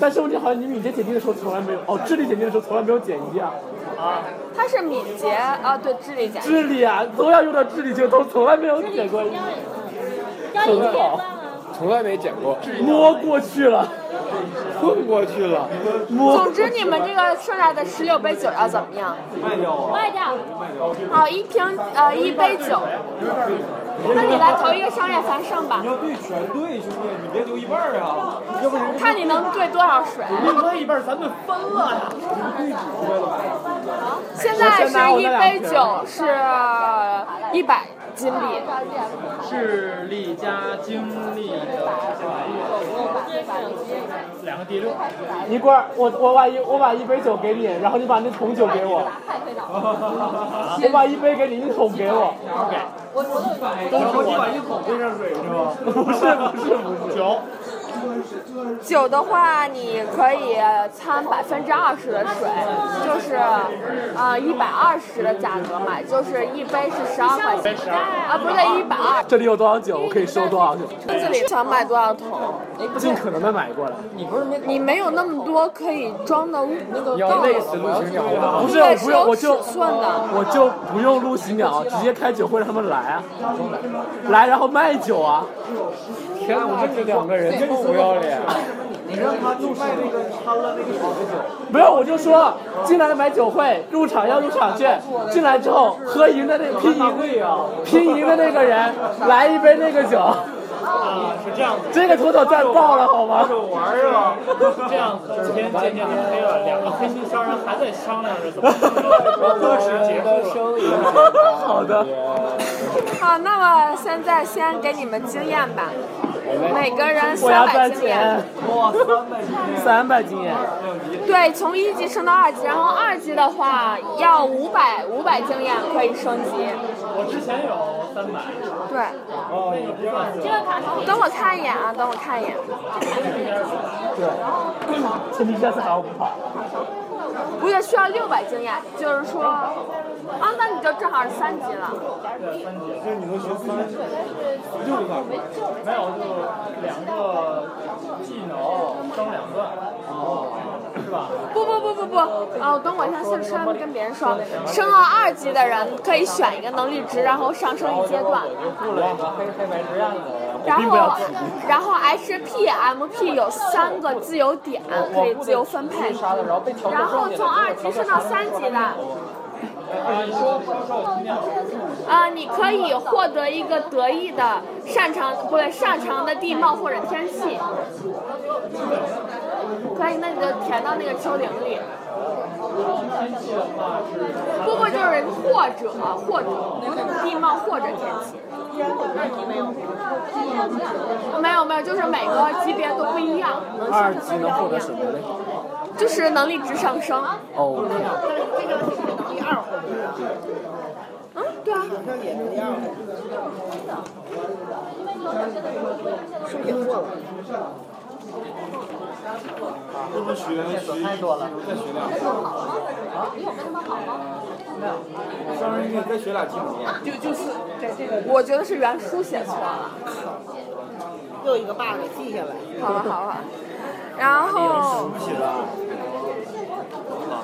A: 但是我记得好像你敏捷解禁的时候从来没有，哦，智力解禁的时候从来没有减一啊，
B: 他是敏捷啊，对，智力减。
A: 智力啊，都要用到智力就都从来没有减过一，
E: 让你解放啊！
D: 从来没捡过，
A: 摸过去了，
D: 混过去了。
A: 摸
B: 总之，你们这个剩下的十六杯酒要怎么样？
G: 卖掉啊！
E: 卖掉，
B: 好，一瓶呃一杯酒。那你来投一个商业繁盛吧
G: 你，要对全对，兄弟，你别留一半儿啊！要不人
B: 看你能兑多少水。
C: 另外一半咱们分了呀。
B: 现在是一杯酒是呃一百金币，
C: 智力加精力两个第六，
A: 一罐儿，我我把一我把一杯酒给你，然后你把那桶酒给我，我把一杯给你，一桶给我，
G: 然后你把一桶兑上水是吧？
A: 不是不是不是，
C: 九，
B: 酒的话你可以掺百分之二十的水，就是呃一百二十的价格买，就是一杯是十二块钱，啊不对一百二，
A: 这里有多少酒，我可以收多少酒，
B: 这里想买多少桶？
A: 尽可能的买过来。
B: 你没有那么多可以装的那个
D: 要
B: 够
D: 累死陆行鸟了，
A: 不是，我
B: 对是
A: 不用，
B: 有
A: 我就
B: 尺寸的
A: 我就不用陆行鸟，啊直接开酒会让他们来啊，来然后卖酒啊，
D: 天哪，这两个人臭不要脸。
G: 你让他就卖那个掺了那个水的酒，
A: 没有我就说进来买酒会，入场要入场券，进来之后喝赢的那拼赢拼赢的那个人来一杯那个酒，
C: 啊，是这样子，
A: 这个妥妥赚爆了好吗？
G: 玩儿啊！
C: 这样子，昨天渐渐黑了，两个黑心商人还在商量着怎么落实结束了。
A: 好的，
B: 好，那么现在先给你们经验吧，每个人
A: 我要
B: 三百
A: 赚
B: 经
A: 钱
B: 验，，
A: 三百经验，
B: 对，从一级升到二级，然后二级的话要五百五百经验可以升级，
C: 我之前有三百，
B: 对，
E: 这个卡通里
B: 等我看一眼啊，等我看一眼，
A: 前提下次还要不跑，
B: 不对，需要六百经验，就是说，啊，那你就正好是三级了，
G: 这你都学三十，就不咋管。
C: 没有就两个技能升两段，是吧？
B: 不不不不不，啊，等我一下，现在跟别人说，升到二级的人可以选一个能力值，然后上升一阶段。然后，然后 HP、MP 有三个自由点可以自由分配，然后从二级升到三级的，啊，你可以获得一个得意的擅长不对擅长的地貌或者天气，可以，那你就填到那个丘陵里。不不就是或者或者地貌或者天气。没有没有，就是每个级别都不一样，
A: 二级能获得什么呢？
B: 就是能力值上升。
A: 哦，
B: 嗯，对啊，
G: 这么学学太多了，再学俩。你有那么好吗？商人，你再学俩技能。
F: 就就是在这个
B: 我觉得是原书写错了。
F: 又一个 bug 记下来。
B: 好了好了，然后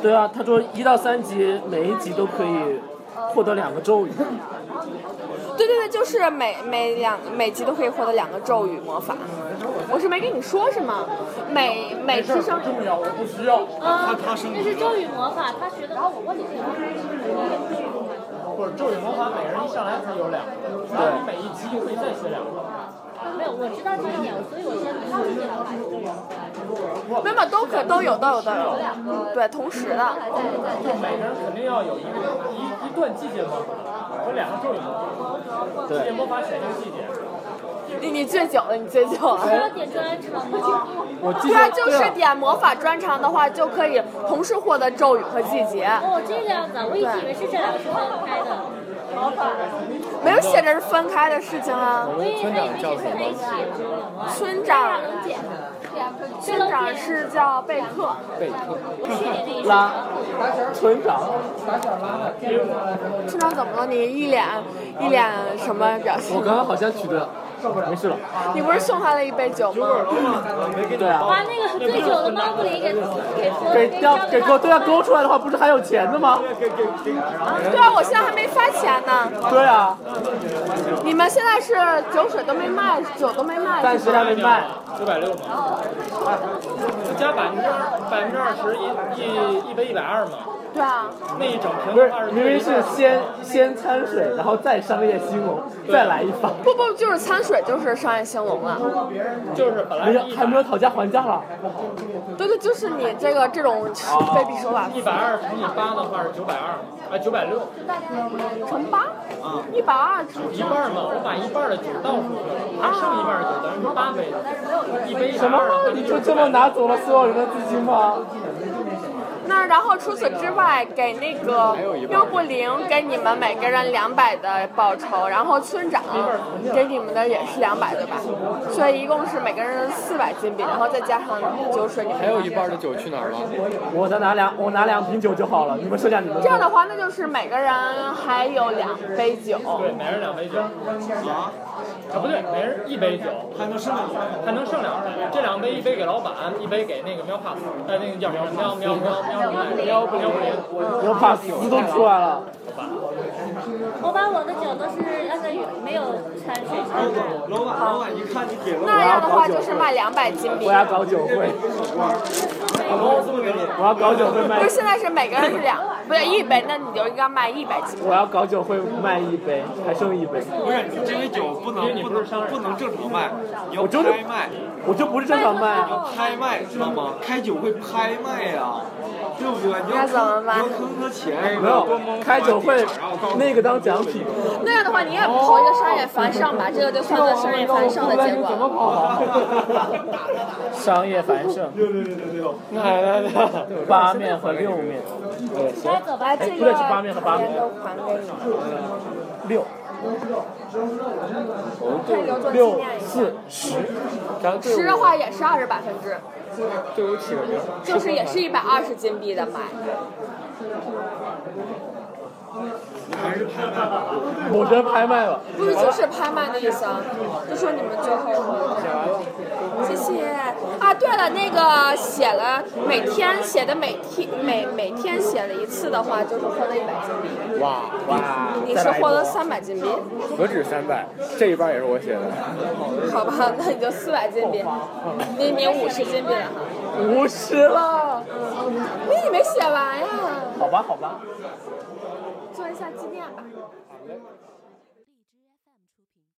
A: 对啊，他说一到三级每一级都可以获得两个咒语。
B: 对对对，就是每每两每级都可以获得两个咒语魔法。我是没跟你说是吗？每每提升
C: 重要，我不需
E: 哦
C: 要。
E: 啊，这是咒语魔法，他学的跟我问你。
I: 会儿《咒术魔法》每人一上来只有两个，然后你每一集就可以再学两个。
E: 没有，我知道这一点，所以我先不去了吧。
B: 没有没有都可都有都有都有，对，同时的。
I: 就每个人肯定要有一个一一段季节魔法和两个咒语魔法，季节魔法选一个季节。
B: 你你最久了，你最久了。
E: 需要点专场吗？
A: 我记
B: 对
A: 得
B: 啊，就是点魔法专长的话，就可以同时获得咒语和季节。
E: 哦，这个样子啊，我一直以为是这两个是分开的。魔法，
B: 没有写着是分开的事情啊。
E: 我以为以为是在一起。
B: 村长，
E: 能解。
B: 村长是叫贝克，
A: 拉村长，
B: 村长怎么了？你一脸一脸什么表
A: 我
B: 情？
A: 刚刚好像取得，没事了。
B: 你不是送他了一杯酒吗？
A: 对啊，
E: 把那个最久的猫不理给给脱
A: 给要给勾，对啊，勾出来的话不是还有钱的吗？
B: 对啊，我现在还没发钱呢。
A: 对啊，
B: 你们现在是酒水都没卖，酒都没卖。
A: 但是还没卖。
C: 九百六嘛，就加百分之百分之二十一一一杯一百二嘛，
B: 对啊，
C: 那一整瓶
A: 不是
C: 二，十。
A: 明明是先先掺水，然后再商业兴隆，再来一发。
B: 不不，就是掺水就是商业兴隆啊了。
C: 就是本来
A: 没
C: 是
A: 有，
C: 一
A: 还没有讨价还价了。
B: 对对，就是你这个这种卑鄙手法，
C: 一百二乘以八的话是九百二，啊九百六，
B: 乘八，一百二乘
C: 一半嘛，我把一半的酒倒出去了，还剩一半的酒，等于是八杯，一杯一百
A: 什
C: 二的话
A: 么？你就这么拿走了所有人的资金吗？
B: 那然后除此之外，给那个六不灵给你们每个人两百的报酬，然后村长给你们的也是两百，对吧？所以一共是每个人四百金币，然后再加上酒水，你们
D: 还有一半的酒去哪儿了？
A: 我再拿两，我拿两瓶酒就好了。你们剩下你们
B: 这样的话，那就是每个人还有两杯酒。
C: 对，每人两杯酒。啊？啊，不对，每人一杯酒，还能剩两杯，还能剩两杯。这两杯一杯给老板，一杯给那个喵帕斯，呃，那个叫喵喵喵喵喵喵不灵。
A: 我把丝都出来了。
E: 我把我的酒都是按照没有掺水掺的。
G: 老板，老板一看你点了，
B: 那样的话就是卖两百金币
A: 我。要搞酒会，
G: 把猫送给你。
A: 我要搞酒会卖
B: 就，现在是每个人是两，不是一杯，那你就应该卖一百金币。
A: 我要搞酒会卖一杯，还剩一杯。
G: 不是，你这杯酒不能不能不能正常卖，你要
A: 我就是
G: 拍卖，
A: 我这不是正常卖，
G: 拍卖知道吗？开酒会拍卖呀、对不对？你
B: 那
G: 要
B: 怎么办
G: 你要坑他钱，
A: 没有开酒会那个当奖品。
B: 那样的话，你也投一个商业繁盛吧，这个就算作商业繁盛的结果。
A: 商业繁盛，
G: 六六六六 六，
A: 八面和六面，
E: 来走吧，这
A: 不对，是八面和八面，
B: 都还给你。
A: 六
B: 看刘总纪
A: 六
B: 念一下。
A: 四十，
D: 咱队
B: 十的
D: 伍
B: 话也是二十百分之，
D: 队伍起个名儿，
B: 就是也是一百二十金币的买。
A: 我真拍卖了。
B: 不是就是拍卖的意思啊，就说你们最后谢谢啊，对了，那个写了每天写的每天每每天写了一次的话，就是获得一百金币。
D: 哇哇，
B: 你
D: 再
B: 是
D: 来一
B: 获得
D: 波
B: 三百金币，
D: 何止三百，这一半也是我写的。
B: 好吧，那你就四百金币，你你五十金币了哈。
A: 五十了，
B: 那你没写完呀？
A: 好吧，好吧。
B: 做一下纪念吧。